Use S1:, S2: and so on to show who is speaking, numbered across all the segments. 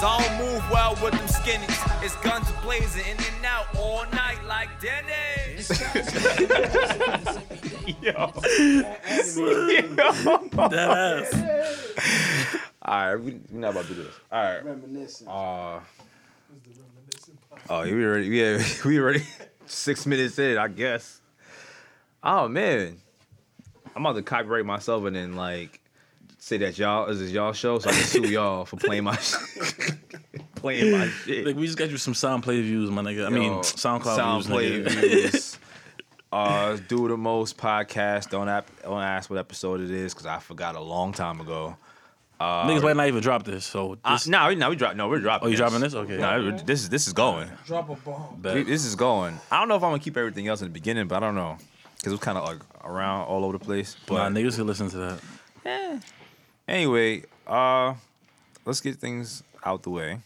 S1: So I don't move well with them skinnies. It's guns blazing in and out all night like Dennis.
S2: All right, we, we're not about to do this. All right.
S3: Reminiscent.
S2: Uh, oh, we already, yeah, we already six minutes in, I guess. Oh man, I'm about to copyright myself and then like say that y'all this is y'all show, so I can sue y'all for playing my shit. playing my
S4: Like
S2: shit.
S4: we just got you some sound play views, my nigga. I mean,
S2: Yo,
S4: SoundCloud
S2: sound play
S4: views, nigga.
S2: views. Uh, do the most podcast. Don't ap- don't ask what episode it is because I forgot a long time ago.
S4: Niggas might not even drop this, so
S2: Uh,
S4: this
S2: no, we- no, we drop. No, we're dropping.
S4: Oh, you
S2: this.
S4: dropping this? Okay.
S2: No, it- this is this is going.
S3: Drop a bomb.
S4: bad.
S2: We- This is going. I don't know if I'm gonna keep everything else in the beginning, but I don't know because it was kind of like around all over the place.
S4: Nah,
S2: But
S4: niggas can listen to that.
S2: anyway, uh, let's get things out the way.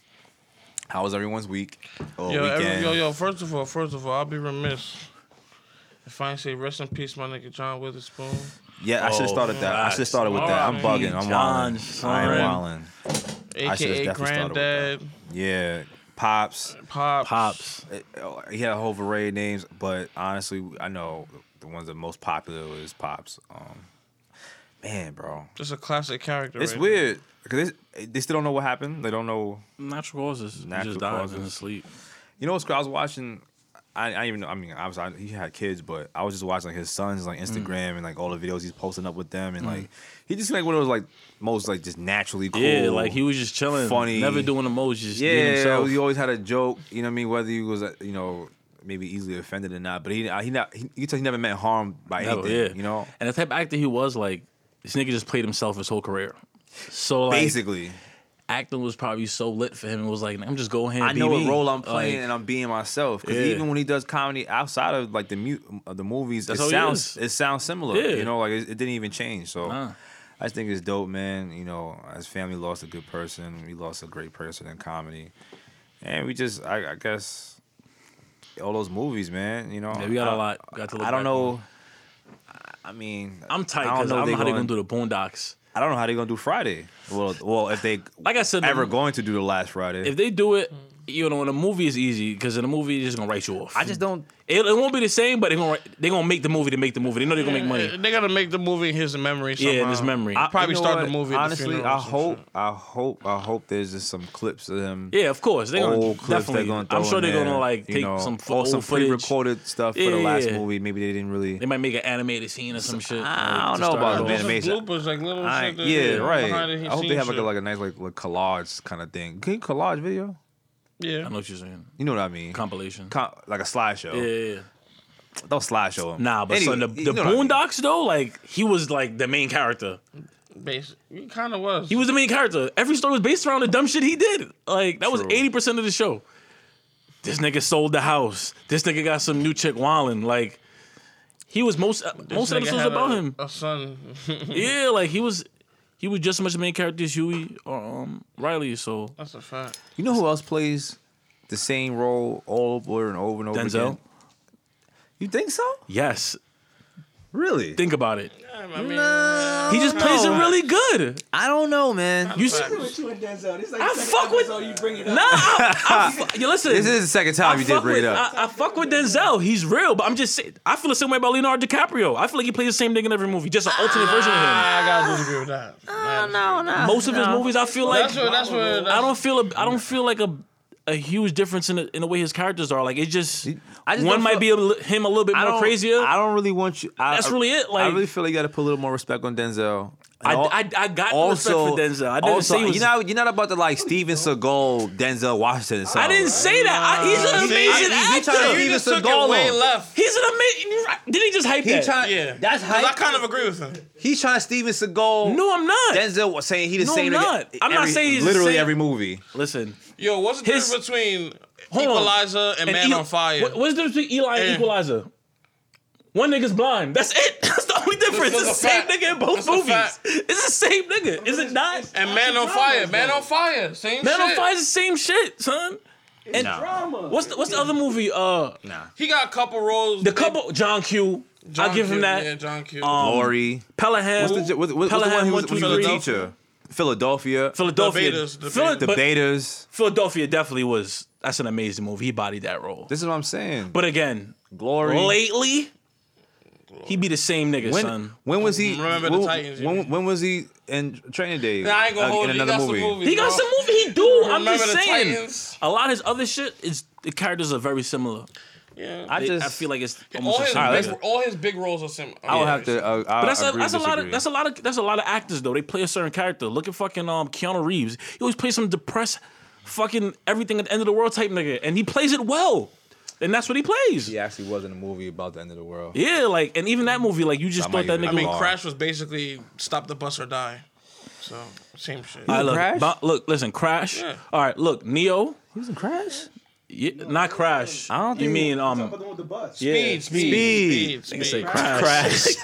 S2: How was everyone's week or
S5: Yo,
S2: weekend?
S5: every, yo, yo, first of all, first of all, I'll be remiss if I ain't say rest in peace, my nigga John Witherspoon.
S2: Yeah, I should have
S4: Oh,
S2: started that. I should have
S4: facts.
S2: started with that. I'm
S5: R.I.P.
S2: bugging. I'm
S4: John
S2: wilding. I
S4: Sharon.
S2: am wilding. I should've
S5: AKA
S2: definitely started with
S5: Granddad,
S2: Yeah, pops.
S5: Pop,
S4: Pops.
S2: It- oh, He had a whole array of names, but honestly, I know the ones that most popular was pops. Um, man, bro,
S5: Just a classic character.
S2: it's
S5: right
S2: weird because they still don't know what happened. They don't know.
S4: Natural causes.
S2: Natural
S4: Natural just died in
S2: causes.
S4: his sleep.
S2: You know what's crazy? I was watching. I, I even know. I mean, obviously I, he had kids, but I was just watching like his sons
S4: Mm.
S2: like Instagram and like all the videos he's posting up with them, and like he just seemed like one of those like most like just naturally cool.
S4: Yeah, like he was just chilling,
S2: funny.
S4: never doing emojis. Yeah, being
S2: Yeah,
S4: himself.
S2: he always had a joke. You know what I mean? Whether he was uh, you know maybe easily offended or not, but he uh, he not he, you can tell he never meant harm by
S4: Never,
S2: anything.
S4: yeah,
S2: You know,
S4: And the type of actor he was, like this nigga just played himself his whole career. So like,
S2: basically.
S4: acting was probably so lit for him. It was like I'm just going ahead.
S2: I
S4: and
S2: know
S4: be
S2: what
S4: me.
S2: role I'm
S4: Like,
S2: playing and I'm being myself. Because
S4: Yeah.
S2: even when he does comedy outside of like the mute of the movies,
S4: That's
S2: it
S4: how he
S2: sounds
S4: is.
S2: it sounds similar.
S4: Yeah.
S2: You know, like it, it didn't even change. So
S4: Nah.
S2: I just think it's dope, man. You know, his family lost a good person. We lost a great person in comedy, and we just I, I guess all those movies, man. You know,
S4: Yeah, we got a
S2: I-
S4: lot. Got to look
S2: I don't
S4: back
S2: know.
S4: on.
S2: I I mean,
S4: I'm tight
S2: I don't
S4: because I
S2: know
S4: don't know how they
S2: gonna-
S4: gonna do the Boondocks.
S2: I don't know how they're gonna do Friday. Well, well, if they
S4: Like I said, the-
S2: ever going to do the last Friday,
S4: If they do it, you know, in a movie is easy because in a movie they're just gonna write you off.
S2: I just don't.
S4: It, it won't be the same, but they're gonna they gonna make the movie to make the movie. They know they're gonna make
S5: There.
S4: money.
S5: They gotta make the movie in his memory.
S4: Yeah, in
S5: somehow.
S4: his memory.
S5: I'll probably
S2: You know
S5: start
S2: what?
S5: the movie. At the
S2: Honestly,
S5: funeral
S2: I
S5: or some
S2: hope,
S5: shit.
S2: I hope, I hope there's just some clips of them.
S4: Yeah, of course. They're gonna
S2: old clips
S4: definitely.
S2: they're gonna throw
S4: I'm sure
S2: in
S4: they're gonna
S2: there,
S4: like
S2: you
S4: take
S2: know,
S4: some f-
S2: or
S4: old
S2: some
S4: footage.
S2: pre-recorded stuff for the last
S4: Yeah.
S2: movie. Maybe they didn't really.
S4: They might make an animated scene or some shit.
S2: I
S4: like,
S2: don't
S4: to
S2: know
S4: start
S2: about
S4: it off.
S2: the
S5: Some
S2: animation.
S5: bloopers, like little
S2: I-
S5: shit that-
S2: yeah, right.
S5: behind the
S2: I hope they
S5: scenes
S2: have like a,
S5: shit.
S2: like a nice like, like collage kind of thing. Can you collage video?
S4: I
S5: yeah.
S2: um,
S4: know what you're saying.
S2: You know what I mean?
S4: Compilation.
S2: Com- like a slideshow.
S4: yeah, yeah, yeah.
S2: Don't slideshow them.
S4: Nah, but
S2: Anyway,
S4: son, the,
S2: you
S4: the
S2: know what I mean.
S4: Boondocks though, like he was like the main character.
S5: Basi- He kind of was.
S4: He was the main character. Every story was based around the dumb shit he did. Like that was
S2: True.
S4: eighty percent of the show. This nigga sold the house. This nigga got some new chick wallin. Like he was most uh,
S5: This
S4: most
S5: nigga
S4: episodes
S5: had
S4: about
S5: a-
S4: him.
S5: A son.
S4: Yeah, like he was he was just as much the main character as Huey or um Riley. So
S5: That's a fact.
S2: You know who else plays the same role all over and over and over
S4: Denzel?
S2: again? You think so?
S4: yes,
S2: Really?
S4: think about it.
S5: I mean,
S3: Oh,
S4: He just plays it really good.
S2: I don't know, man.
S4: You see,
S3: With you and Denzel. This like
S4: I
S3: the second
S4: fuck with-
S3: episode you bring it up.
S4: nah, I, I, fu- you listen.
S2: This is the second time you did
S4: fuck
S2: bring
S4: with,
S2: it up.
S4: I, I fuck with Denzel. He's real, but I'm just saying. I feel the same way about Leonardo DiCaprio. I feel like he plays the same thing in every movie, just an alternate version of him.
S5: I gotta disagree with that. No, no,
S2: Ah,
S5: no.
S4: Most of his movies, I feel like
S5: That's what. That's what. That's
S4: I don't feel. A, I don't feel like a a huge difference in the, in the way his characters are. Like it just,
S2: I just
S4: one
S2: don't
S4: might
S2: feel-
S4: be a, li- him a little bit
S2: I
S4: more
S2: don't-
S4: crazier.
S2: I don't really want you. I,
S4: That's really it,
S2: I
S4: like-
S2: really feel like you got to put a little more respect on Denzel.
S4: I,
S2: And al-
S4: I, I got
S2: also,
S4: respect for Denzel. I didn't
S2: also,
S4: say he was,
S2: you're not you're not about to like Steven Seagal, Denzel Washington. So.
S4: I didn't say that. I, he's an
S5: Uh, see,
S4: amazing
S2: he- he
S4: actor.
S2: trying to
S5: You
S2: Steven
S5: just took
S2: Seagal
S5: it way
S2: on.
S5: left.
S4: he's an amazing. Did he just hype
S2: He
S4: that?
S2: trying.
S5: Yeah.
S2: that's
S5: 'Cause I
S2: hype.
S5: kind of agree with him.
S2: He's trying to Steven Seagal.
S4: no, I'm not.
S2: Denzel was saying he the
S4: No,
S2: same.
S4: I'm
S2: nigga
S4: not. I'm not
S2: every-
S4: saying he's the
S2: literally
S4: same.
S2: every movie.
S4: Listen,
S5: Yo, what's the
S4: His-
S5: difference between
S4: Hold on.
S5: Equalizer and, Man
S4: Eli-
S5: on Fire?
S4: What, what's the difference between Eli and
S5: Eh.
S4: Equalizer? One nigga's blind. That's it. That's the only difference.
S5: is
S4: It's the
S5: a
S4: same
S5: fact.
S4: nigga in both
S5: That's a
S4: movies.
S5: fact.
S4: It's the same nigga. Is it not?
S5: and Man on Fire. Man on Fire. Same
S4: Man
S5: shit.
S4: on Fire's the same shit, son. And
S3: Drama.
S4: what's the, what's the other movie? Uh,
S5: He got a couple roles.
S4: the couple John Q.
S5: John
S4: I'll give him
S5: Q,
S4: that.
S5: Yeah, John Q.
S4: Um,
S2: Lori.
S4: Pelham.
S2: What's the, what, what's the
S4: Pelham
S2: one he was,
S4: one, two,
S2: when he was a
S4: three.
S2: teacher? Philadelphia.
S4: Philadelphia.
S5: The Betas, the
S4: Phila-
S5: Betas.
S2: the
S4: but
S2: Betas.
S4: Philadelphia definitely was. That's an amazing movie. He bodied that role.
S2: This is what I'm saying.
S4: But again,
S2: Glory.
S4: lately, he be the same nigga,
S2: when,
S4: son.
S2: when was he?
S5: Mm, Remember the
S2: when,
S5: Titans, you
S2: When,
S5: mean.
S2: when was he in Training Day?
S5: Nah, I ain't gonna
S2: Uh, in
S5: hold you. He
S2: another
S5: got some
S2: movie.
S5: movies.
S4: He got
S5: bro.
S4: some movie. He do. I'm
S5: Remember
S4: just
S5: the
S4: saying.
S5: Titans?
S4: A lot of his other shit is the characters are very similar.
S5: Yeah.
S2: I
S4: I,
S2: just
S4: I feel like it's
S5: all,
S4: almost the
S5: his
S4: same.
S2: All right,
S5: big,
S2: let's-
S5: all his big roles are similar.
S2: I would have to. Uh, I,
S4: But that's a,
S2: agree
S4: that's a
S2: to
S4: lot of
S2: disagree.
S4: that's a lot of that's a lot of actors though. They play a certain character. Look at fucking um Keanu Reeves. He always plays some depressed, fucking everything at the end of the world type nigga, and he plays it well. And that's what he plays.
S2: He
S4: Yeah,
S2: actually was in a movie about the end of the world.
S4: like and even that movie, like you just
S2: I might
S4: thought that
S2: even-
S4: nigga.
S5: I mean,
S2: Hard.
S5: Crash was basically stop the bus or die. So same shit.
S4: I look,
S2: Crash?
S4: but- look, listen, Crash.
S5: Yeah.
S4: All right, look, Neo,
S2: He was in Crash.
S4: yeah, not Crash. I
S2: don't
S4: you
S2: think-
S4: mean um
S3: But the one with the bus.
S2: Speed.
S5: speed, speed, speed, speed.
S4: say
S5: Crash.
S4: Crash.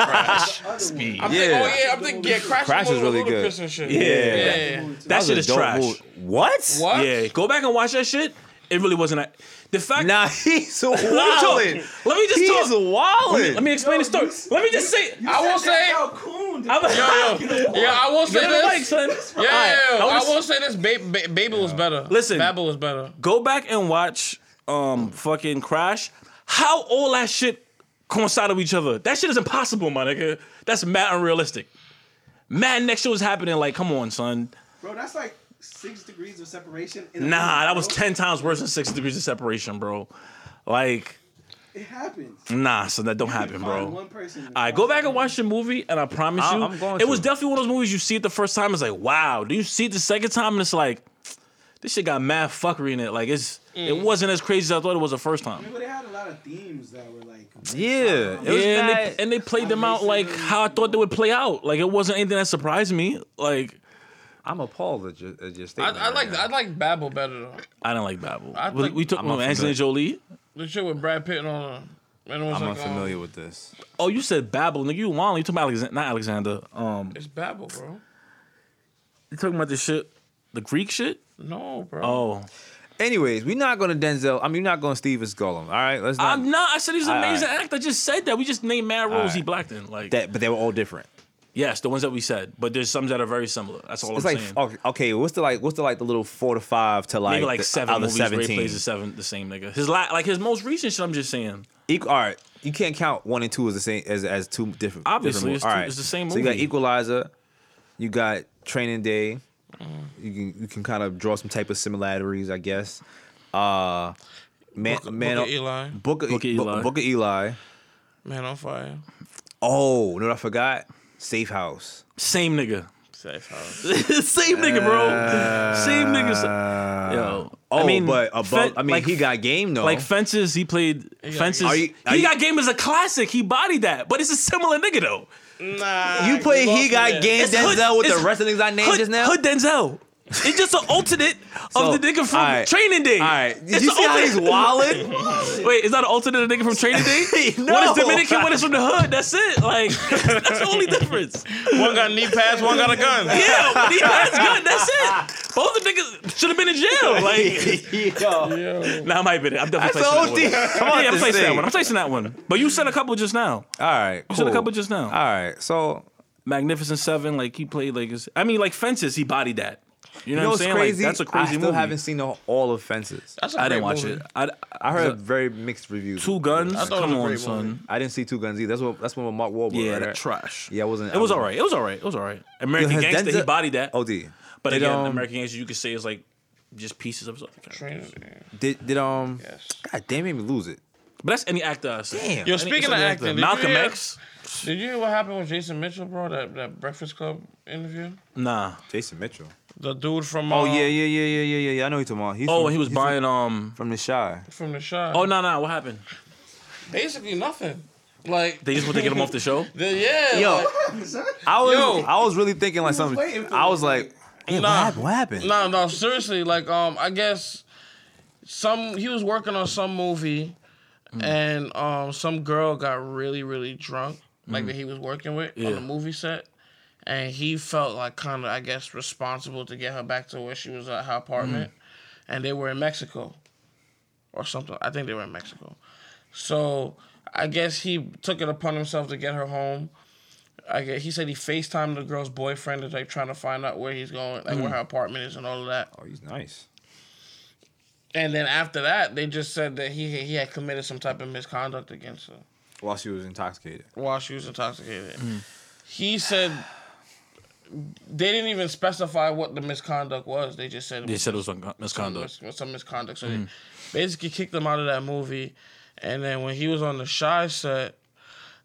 S2: Crash.
S3: Speed.
S5: I'm
S2: Yeah.
S5: thinking, oh yeah, I'm thinking, yeah, Crash,
S2: Crash
S5: the
S2: is
S5: one with
S2: really good.
S5: Ludacris And shit.
S2: Yeah.
S5: yeah.
S4: That
S2: was
S4: shit
S2: a
S4: is
S2: dope
S4: trash.
S2: movie. What?
S5: What?
S4: Yeah, go back and watch that shit. It really wasn't. that the fact.
S2: Nah, he's a
S4: Let me talk.
S2: wildin'.
S4: Let me just
S2: He's
S4: talk.
S2: a wildin'.
S4: Let me explain
S3: Yo,
S4: the story.
S3: you s-
S4: Let me just say.
S5: I will say,
S4: I'm a,
S5: yo, yo, yeah, I will say
S4: Get on the mic,
S5: this.
S4: son.
S5: Yeah, yeah, yeah.
S4: I
S5: I,
S4: was-
S5: will say this. Ba- ba- Babel is better.
S4: Listen.
S5: Babel is better.
S4: Go back and watch um fucking Crash. How all that shit coincided with each other. That shit is impossible, my nigga. That's mad unrealistic. Mad next shit was happening. Like, come on, son.
S3: Bro, that's like six degrees of separation. in a
S4: Nah,
S3: movie,
S4: that was
S3: bro.
S4: ten times worse than six degrees of separation, bro. Like,
S3: It happens.
S4: nah, son, that don't happen, bro.
S3: Find One person.
S4: All right, go back and watch the movie, and I promise
S2: I-
S4: you,
S2: I'm going
S4: it was
S2: to.
S4: definitely one of those movies you see it the first time, it's like, wow. Do you see it the second time, and it's like, this shit got mad fuckery in it. Like it's,
S2: Mm.
S4: it wasn't as crazy as I thought it was the first time.
S3: I mean, but it had a lot of themes that were like.
S2: Yeah. It was
S4: yeah, and
S2: mad-
S4: they, and they played them out like how I thought they would play out. Like it wasn't anything that surprised me. Like
S2: I'm appalled at your, at your
S5: I,
S2: statement.
S5: I like I
S2: that.
S5: like Babel better though.
S4: I didn't like Babel.
S5: I
S4: we,
S5: think-
S4: we took
S2: I'm not
S4: Angelina Jolie.
S5: The shit with Brad Pitt and all. that. And it was
S2: I'm
S5: like,
S2: unfamiliar
S5: Um,
S2: with this.
S4: Oh, you said Babel, nigga. You wildin'. You talking about Alexander? Not Alexander. Um,
S5: it's Babel, bro.
S4: you talking about this shit, the Greek shit?
S5: No, bro.
S4: Oh,
S2: Anyways, we're not going to Denzel. I mean, we're not going to Steven Scullum. All right, let's not.
S4: I'm not. I said he's an
S2: All right.
S4: amazing actor. I just said that. We just named Mad
S2: All
S4: Rose. He
S2: right.
S4: blacked in. Like
S2: that, but they were all different.
S4: Yes, the ones that we said, but there's some that are very similar. That's all
S2: It's
S4: I'm
S2: like
S4: saying.
S2: okay, okay, what's the like? What's the like the little four to five to like
S4: Maybe like
S2: the
S4: seven
S2: other
S4: movies where he plays the seven the same nigga. His la- like his most recent shit. I'm just saying.
S2: Equal, all right, you can't count one and two as the same as as two different.
S4: Obviously,
S2: different
S4: it's
S2: all
S4: two-
S2: right.
S4: it's the same
S2: So you got
S4: movie.
S2: Equalizer, you got Training Day.
S4: Mm.
S2: You can you can kind of draw some type of similarities, I guess. Uh, man,
S5: Book,
S2: man,
S5: Book of Eli,
S2: Booker,
S4: Booker
S2: E- Bu-
S4: Eli.
S2: Booker Eli.
S5: Man on Fire,
S2: Oh, you know what I forgot? Safe House.
S4: Same nigga.
S5: Safe House.
S4: same nigga, bro. Same nigga.
S2: Uh,
S4: Yo.
S2: Oh,
S4: I mean,
S2: but above.
S4: Fen-
S2: I mean,
S4: like-
S2: he got game though.
S4: Like Fences, he played
S5: got
S4: Fences.
S5: Game.
S2: Are you- are
S4: he
S2: you-
S4: got Game as a classic. He bodied that, but it's a similar nigga though.
S5: Nah,
S2: you play
S5: lost
S2: he
S5: me
S2: got
S5: there.
S2: game
S4: It's hood-
S2: Denzel with
S4: it's
S2: the rest of the niggas I named
S4: Hood,
S2: just now.
S4: Hood Denzel. It's just an alternate
S2: So,
S4: of the nigga from
S2: all right.
S4: Training Day.
S2: All right, did
S4: It's
S2: you
S4: an
S2: see how
S4: alternate-
S2: he's wildin'?
S4: Wait, is that an alternate nigga from Training Day?
S2: No.
S4: One is Dominican, one is from the hood. That's it. Like that's the only difference.
S5: One got knee pads, one got a gun.
S4: Yeah, but he has gun. That's it. Both the niggas should have been in jail. Like nah, I might be. I'm definitely
S2: That's
S4: placing
S2: the
S4: that
S2: OD.
S4: one.
S2: Come on,
S4: yeah, I'm
S2: this
S4: placing that
S2: thing.
S4: one. I'm placing that one. But you said a couple just now.
S2: All right, cool.
S4: You said a couple just now.
S2: All right, so
S4: Magnificent Seven. Like he played like his, I mean like Fences. He bodied that. You
S2: you know
S4: know, what I'm
S2: what's
S4: saying?
S2: crazy?
S4: Like, that's a
S2: I
S4: crazy
S2: still
S4: movie.
S2: haven't seen the, all of Fences.
S5: That's a
S4: I didn't
S5: great
S4: watch
S5: movie.
S4: it. I,
S2: I heard very mixed reviews.
S4: two guns.
S5: I thought it
S4: Come
S5: was a
S4: on,
S5: great
S4: son.
S5: movie.
S2: I didn't see Two Guns either. That's what. That's one with Mark Wahlberg.
S4: Yeah,
S2: right?
S4: that trash.
S2: Yeah, I wasn't.
S4: It was
S2: I wasn't-
S4: all right. It was all right. It was all right. American
S2: has
S4: Gangster, he
S2: Denzel- Oh,
S4: bodied that.
S2: Od.
S4: but
S2: did,
S4: again,
S2: um,
S4: American Gangster, you could say is like just pieces of his other character.
S5: Training Day.
S2: Did did um?
S5: Yes.
S2: God damn, made me lose it.
S4: But that's any actor. I say.
S2: Damn.
S5: Yo,
S4: Any-
S5: speaking
S4: it's
S5: of
S4: any
S5: acting, did you
S4: Malcolm
S5: hear-
S4: X.
S5: Did you hear what happened with Jason Mitchell, bro? That that Breakfast Club interview.
S4: Nah.
S2: Jason Mitchell.
S5: The dude from
S2: Oh
S5: uh,
S2: yeah, yeah, yeah, yeah, yeah, yeah. yeah. I know he's tomorrow. He's
S4: Oh,
S2: from-
S4: he was
S2: he's from-
S4: buying um.
S2: from the shy.
S5: from the shot.
S4: Oh no no, what happened?
S5: basically nothing. Like
S4: They just want to get him off the show.
S5: the, yeah,
S2: Yo,
S5: like,
S2: I was
S5: Yo.
S2: I was really thinking like something.
S3: waiting for
S2: I
S3: it.
S2: was like, hey,
S5: Nah.
S2: what happened? What happened?
S5: No, no, seriously. Like, um, I guess some he was working on some movie, and um, some girl got really, really drunk, like that he was working with on
S4: Yeah.
S5: the movie set, and he felt like kind of, I guess, responsible to get her back to where she was at her apartment, and they were in Mexico, or something. I think they were in Mexico, so I guess he took it upon himself to get her home. I get, he said he FaceTimed the girl's boyfriend is like trying to find out where he's going, like where her apartment is and all of that.
S2: Oh, he's nice.
S5: And then after that, they just said that he he had committed some type of misconduct against her
S2: While she was intoxicated.
S5: while she was intoxicated.
S4: Mm.
S5: He said they didn't even specify what the misconduct was. They just said it
S4: They
S5: was
S4: said it was un- misconduct. Mm.
S5: some, mis- some misconduct. So they basically kicked him out of that movie. And then when he was on the shy set,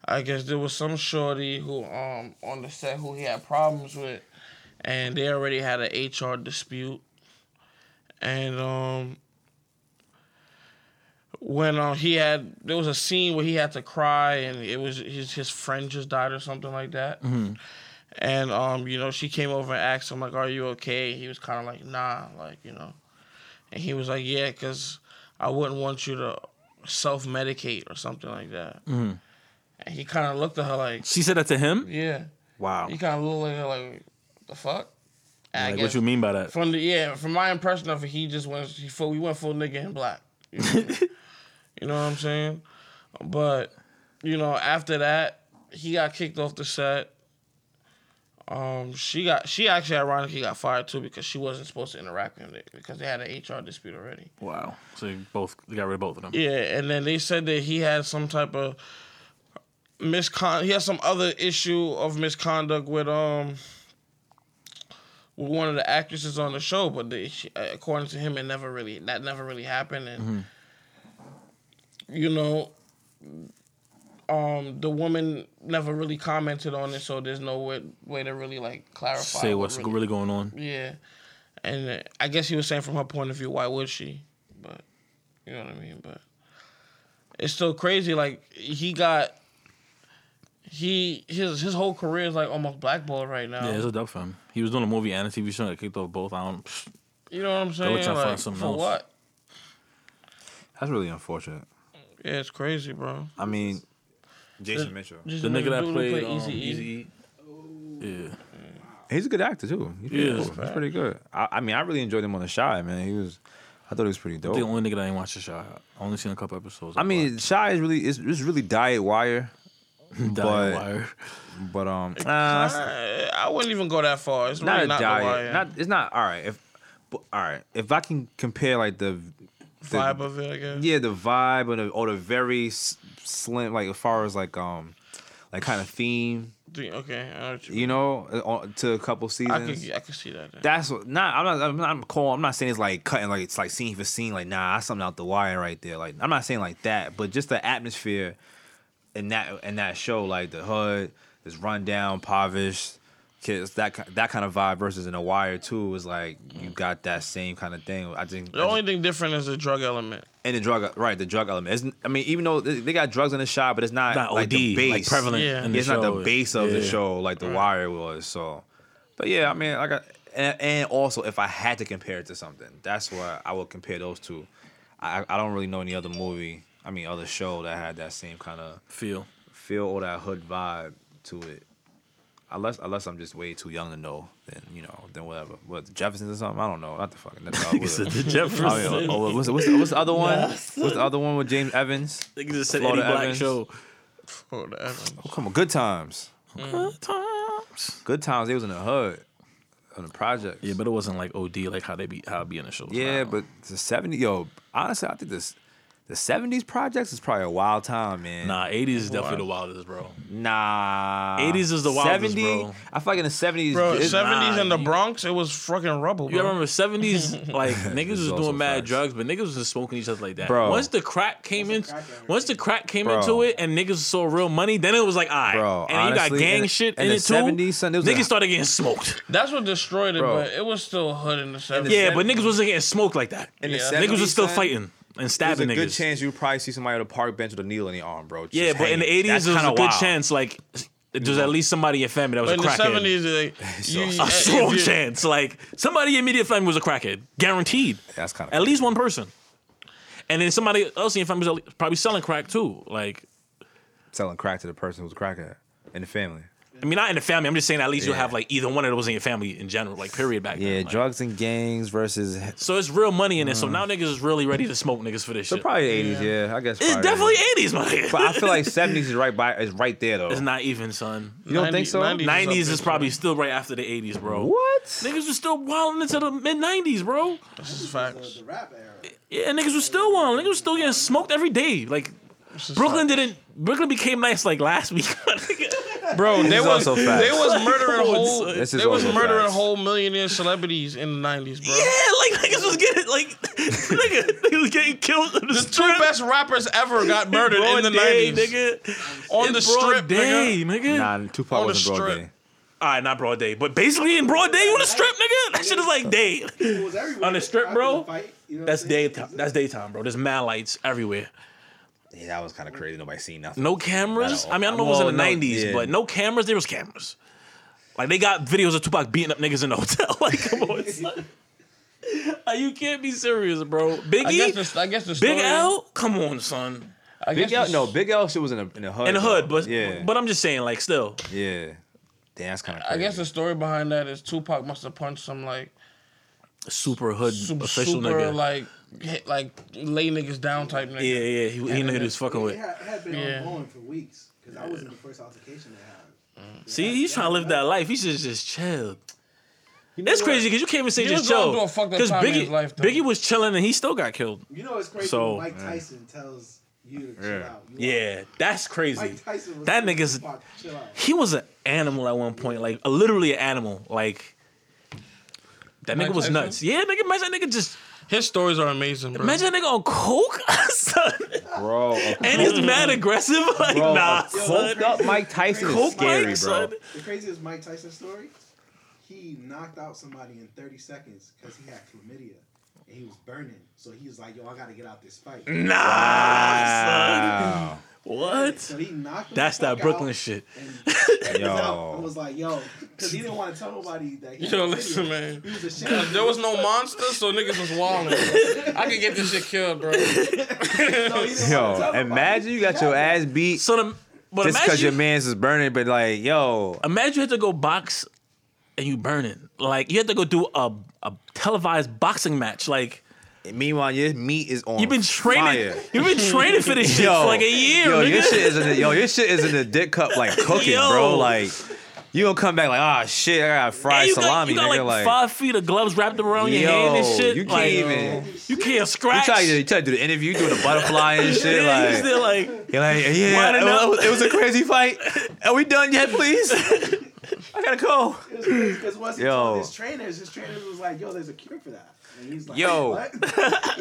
S5: I guess there was some shorty who um on the set who he had problems with, and they already had an HR dispute. And um when um, he had there was a scene where he had to cry and it was his his friend just died or something like that.
S4: Mm-hmm.
S5: And um, you know, she came over and asked him like, "Are you okay?" He was kind of like, "Nah," like you know, and he was like, "Yeah, cause I wouldn't want you to self medicate or something like that." And he kind of looked at her like,
S4: Mm-hmm. She said that to him.
S5: "Yeah."
S2: Wow.
S5: He kind of looked at her like, "The fuck?" And I
S4: Like,
S5: guess
S4: what you mean by that?
S5: from the yeah, from my impression of it, he just went he full, we went full nigga in black. You know, You know what I'm saying? But you know, after that, he got kicked off the set. Um, she got she actually ironically got fired too because she wasn't supposed to interact with him because they had an HR dispute already.
S4: Wow. So you both they got rid of both of them.
S5: Yeah, and then they said that he had some type of miscon. He had some other issue of misconduct with um with one of the actresses on the show, but they, she, uh, according to him, it never really that never really happened, and
S4: Mm-hmm.
S5: you know, um, the woman never really commented on it, so there's no way, way to really like clarify.
S4: Say
S5: what
S4: what's really going on.
S5: yeah, and uh, I guess he was saying from her point of view, why would she? But you know what I mean. But it's still crazy. Like he got he his his whole career is like almost blackballed right now.
S4: Yeah, it's a dub for him. He was doing a movie and a TV show that kicked off both. I don't. pfft.
S5: you know what I'm saying?
S4: trying to find
S5: Like,
S4: something
S5: for
S4: else.
S5: what?
S2: That's really unfortunate.
S5: Yeah, it's crazy, bro.
S2: I mean, Jason Mitchell.
S5: Just
S4: The nigga that played
S5: Easy
S4: um,
S5: E? Easy.
S4: Eazy-E. Yeah.
S2: He's a good actor too. He's pretty,
S4: Yeah.
S2: cool. He's pretty good. I, I mean, I really enjoyed him on The Shy. Man, he was. I thought he was pretty dope.
S4: The only nigga that ain't watched the show. Oh. I only seen a couple episodes.
S2: I mean, Shy is really it's, it's really diet wire,
S4: Dying
S2: but-
S4: Wire.
S2: but um, nah, it's
S5: I, I wouldn't even go that far. It's
S2: not
S5: really
S2: a
S5: not The
S2: diet.
S5: Wire.
S2: Not it's not all right. If but, all right, if I can compare like the, the
S5: vibe of it, I guess.
S2: yeah the vibe and the, or the very s- slim like as far as like um like kind of theme
S5: The- Okay, I know what you
S2: you know uh, on- to a couple
S5: I
S2: seasons.
S5: could I could see that. Then.
S2: that's what, nah. I'm not. I'm not I'm cold. I'm not saying it's like cutting, like it's like scene for scene. Like nah, that's something out the wire right there. Like I'm not saying like that, but just the atmosphere in that in that show, like the hood is rundown, impoverished, kids that ki- that kind of vibe versus in the wire too is like you got that same kind of thing. I think
S5: the only thing different is the drug element.
S2: and the drug right, the drug element. It's, I mean, even though they they got drugs in the shot, but it's not,
S4: Not
S2: like
S4: OD.
S2: the base
S4: Like prevalent.
S5: Yeah.
S4: in
S2: it's not
S4: show.
S2: the base of the
S4: Yeah.
S2: show like The Wire was. So, but yeah, I mean, like, I, and, and also if I had to compare it to something, that's why I would compare those two. I I don't really know any other movie, I mean, other show that had that same kind of
S4: Feel.
S2: feel or that hood vibe to it. Unless unless I'm just way too young to know, then you know, then whatever. What Jeffersons or something? I don't know. Not the fucking. That's all.
S4: Nigga
S2: what's,
S4: said
S2: the,
S4: the Jefferson.
S2: oh, what's, the- what's, the- what's the other one? What's the other one with James Evans?
S4: Nigga just said any
S2: Florida
S4: black
S2: Evans.
S4: show.
S5: Oh, the element.
S2: Oh, come on, good times.
S4: Good times.
S2: Good times. They was in the hood, on the project.
S4: Yeah, but it wasn't like OD, like how they be how it be in the show.
S2: Yeah, but the seventy yo, honestly, I think this the seventies projects is probably a wild time, man.
S4: nah, eighties is definitely the wildest, bro.
S2: Nah.
S4: 80s is the wildest, bro.
S2: I feel like in the seventies,
S5: Bro,
S2: it's,
S5: seventies
S4: nah,
S5: in the
S4: you-
S5: Bronx, it was fucking rubble,
S4: You
S5: bro.
S4: remember seventies? Like niggas was
S2: also
S4: doing mad
S2: facts.
S4: drugs, but niggas was just smoking each other like that.
S2: Bro.
S4: Once the crack came in,
S3: Once the crack came
S4: once the crack came
S2: Bro.
S4: into it, and niggas saw real money, then it was like, all right.
S2: Bro,
S4: and you
S2: honestly,
S4: got gang
S2: in-
S4: shit
S2: in
S4: in
S2: the
S4: it too.
S2: 70s, son, it was
S4: niggas
S2: a-
S4: started getting smoked.
S5: That's what destroyed it,
S2: Bro.
S5: but it was still hood in the seventies.
S4: Yeah, but niggas wasn't getting smoked like that.
S2: in the
S5: Yeah.
S2: 70s,
S4: Niggas was still
S2: son,
S4: fighting and
S2: There's a
S4: stabbing
S2: good
S4: niggas.
S2: chance you probably see somebody on a park bench with a needle in their arm, bro. Just
S4: yeah, but in the
S2: hanging.
S4: eighties,
S2: That's
S4: there was a
S2: kinda
S4: good
S2: wild.
S4: chance like there was at least somebody in your family that was
S5: But in
S4: a
S5: the
S4: crackhead.
S5: seventies, like, you,
S2: a
S4: a
S5: if
S4: strong
S5: you-
S4: chance. Like somebody in your immediate family was a crackhead, guaranteed.
S2: That's kinda
S4: at
S2: crazy.
S4: least one person, and then somebody else in your family was probably selling crack too. Like
S2: selling crack to the person who's cracking in the family.
S4: I mean, not in the family. I'm just saying at least you'll have like either one of those in your family in general, like period back
S2: Yeah,
S4: then. like.
S2: drugs and gangs versus. So
S4: So it's real money in it. So now niggas is really ready to smoke niggas for this shit.
S2: probably eighties. Yeah. I guess
S4: it's
S2: probably
S4: definitely
S2: 80s.
S4: 80s, my nigga.
S2: But I feel like seventies is right by is right there though.
S4: it's not even, son.
S2: you don't think so?
S5: 90s. up
S4: 90s
S5: there,
S4: is
S5: too.
S4: probably still right after the 80s, bro.
S2: What?
S4: Niggas was still wilding into the mid 90s, bro.
S5: This is
S3: The,
S5: facts.
S3: the rap era.
S4: Yeah, niggas was still wilding. Niggas was still getting smoked every day. Like,
S5: This is
S4: Brooklyn
S5: facts.
S4: didn't. Brooklyn became nice like last week.
S5: bro. They
S2: is
S5: was
S2: also facts.
S5: they was murdering
S4: Come on,
S5: whole
S4: son.
S2: This is
S5: they was
S2: also
S5: murdering
S2: facts.
S5: whole millionaire celebrities in the nineties, bro.
S4: yeah, like niggas was getting like nigga, niggas was getting killed. In the
S5: The two best rappers ever got murdered in the nineties
S4: nigga.
S5: on
S4: In
S5: the
S4: broad
S5: strip,
S4: day,
S5: nigga.
S4: nigga.
S2: Nah, Tupac
S5: On the
S2: wasn't broad
S5: strip.
S2: day.
S4: All right, not broad day, but basically in broad day on the strip, nigga. That shit is like day.
S3: It was everywhere.
S4: On the strip,
S3: After
S4: bro,
S3: the fight, you know what
S4: That's
S3: I'm saying?
S4: daytime. That's daytime, bro. There's mad lights everywhere.
S2: Yeah, that was kind of crazy. Nobody seen nothing.
S4: No
S2: Not
S4: cameras.
S2: at
S4: I mean, I don't know
S2: all.
S4: it was in the
S2: Well, no,
S4: '90s,
S2: yeah.
S4: but no cameras. There was cameras. Like they got videos of Tupac beating up niggas in the hotel. Like, come on, son. Like, you can't be serious, bro. Biggie,
S5: I guess the I guess the story,
S4: Big L, come on, son.
S5: I guess
S2: Big L,
S5: the-
S2: no, Big L shit was in the in the hood.
S4: In the
S2: though.
S4: hood, but
S2: yeah,
S4: but I'm just saying, like, still,
S2: yeah, damn, that's kind of.
S5: I guess the story behind that is Tupac must have punched some like
S4: super hood
S5: some
S4: official
S5: super
S4: nigga.
S5: like hit like lay niggas down type nigga.
S4: yeah, yeah, he, he knew who he was fucking
S3: It
S4: with.
S3: had, it had been
S5: Yeah.
S3: ongoing for weeks because I was in the first altercation they had.
S4: See, he's trying to live that life. He should just chill.
S3: You know
S4: It's
S3: what?
S4: crazy because you can't even say
S5: He
S4: just
S5: was going
S4: chill.
S5: through a fucked up time in
S4: Biggie,
S5: his life, though.
S4: Biggie was chilling and he still got killed.
S3: You know it's crazy.
S4: So-
S3: when Mike Tyson tells you to chill
S2: Yeah.
S3: out. You
S4: Yeah, that's
S3: know,
S4: crazy.
S3: Mike Tyson was
S4: That
S3: like,
S4: nigga's-
S3: "Fuck, chill out.
S4: he was an animal at one point, like a, literally an animal. Like that
S5: Mike
S4: nigga was
S5: Tyson?
S4: nuts. Yeah, nigga, imagine that nigga just
S5: His stories are amazing, bro.
S4: imagine that nigga on coke, son,
S2: bro.
S4: and he's mad aggressive. Like
S2: Bro,
S4: nah,
S2: a
S4: son.
S2: coked up Mike Tyson
S4: Coke
S2: is scary,
S4: Mike,
S2: bro.
S4: son.
S3: The craziest Mike Tyson story, he knocked out somebody in 30 seconds because he had chlamydia and he was burning. So he was like, yo, I got to get out this fight.
S2: Mm.
S4: Nah,
S2: Wow.
S4: son. What?
S3: So he knocked him
S4: That's
S3: the
S4: that
S3: fuck
S4: Brooklyn
S3: out
S4: shit.
S3: And
S2: Yo.
S3: yo. Out and was like, yo, because he didn't want to tell nobody that he had
S5: Yo,
S3: chlamydia.
S5: listen, man.
S3: He was ashamed.
S5: Cause there was no monster, so niggas was walling. I could get this shit killed, bro.
S3: So he didn't wanna
S2: Yo,
S3: tell
S2: imagine you got your ass beat
S4: So the but
S2: just because
S4: imagine
S2: your man's is burning, but like, yo,
S4: imagine you had to go box and you burning. Like you had to go do a a televised boxing match. Like
S2: meanwhile your meat is on.
S4: you've been training.
S2: fire.
S4: You've been training for this shit for like a year.
S2: Yo,
S4: nigga.
S2: your shit is in the, yo, your shit is in the dick cup like cooking,
S4: Yo.
S2: bro. Like you gonna come back like, ah, shit, I got
S4: And
S2: fried
S4: you
S2: salami,
S4: Got, you
S2: nigga.
S4: got
S2: Like,
S4: like, five feet of gloves wrapped around your hand and
S2: Yo,
S4: shit.
S2: you can't
S4: like,
S2: even.
S4: You can't
S2: You
S4: scratch.
S2: try, to, you try to do the interview, you doing the butterfly and shit.
S4: yeah, you
S2: like,
S4: still like
S2: You're like, yeah,
S4: Winding
S2: it
S4: up.
S2: was, it was a crazy fight. Are we done yet, please? I gotta go.
S3: Because once he
S2: Yo.
S3: told his trainers, his trainers was like, yo, there's a cure for that. And he's like,
S2: Yo.
S3: what?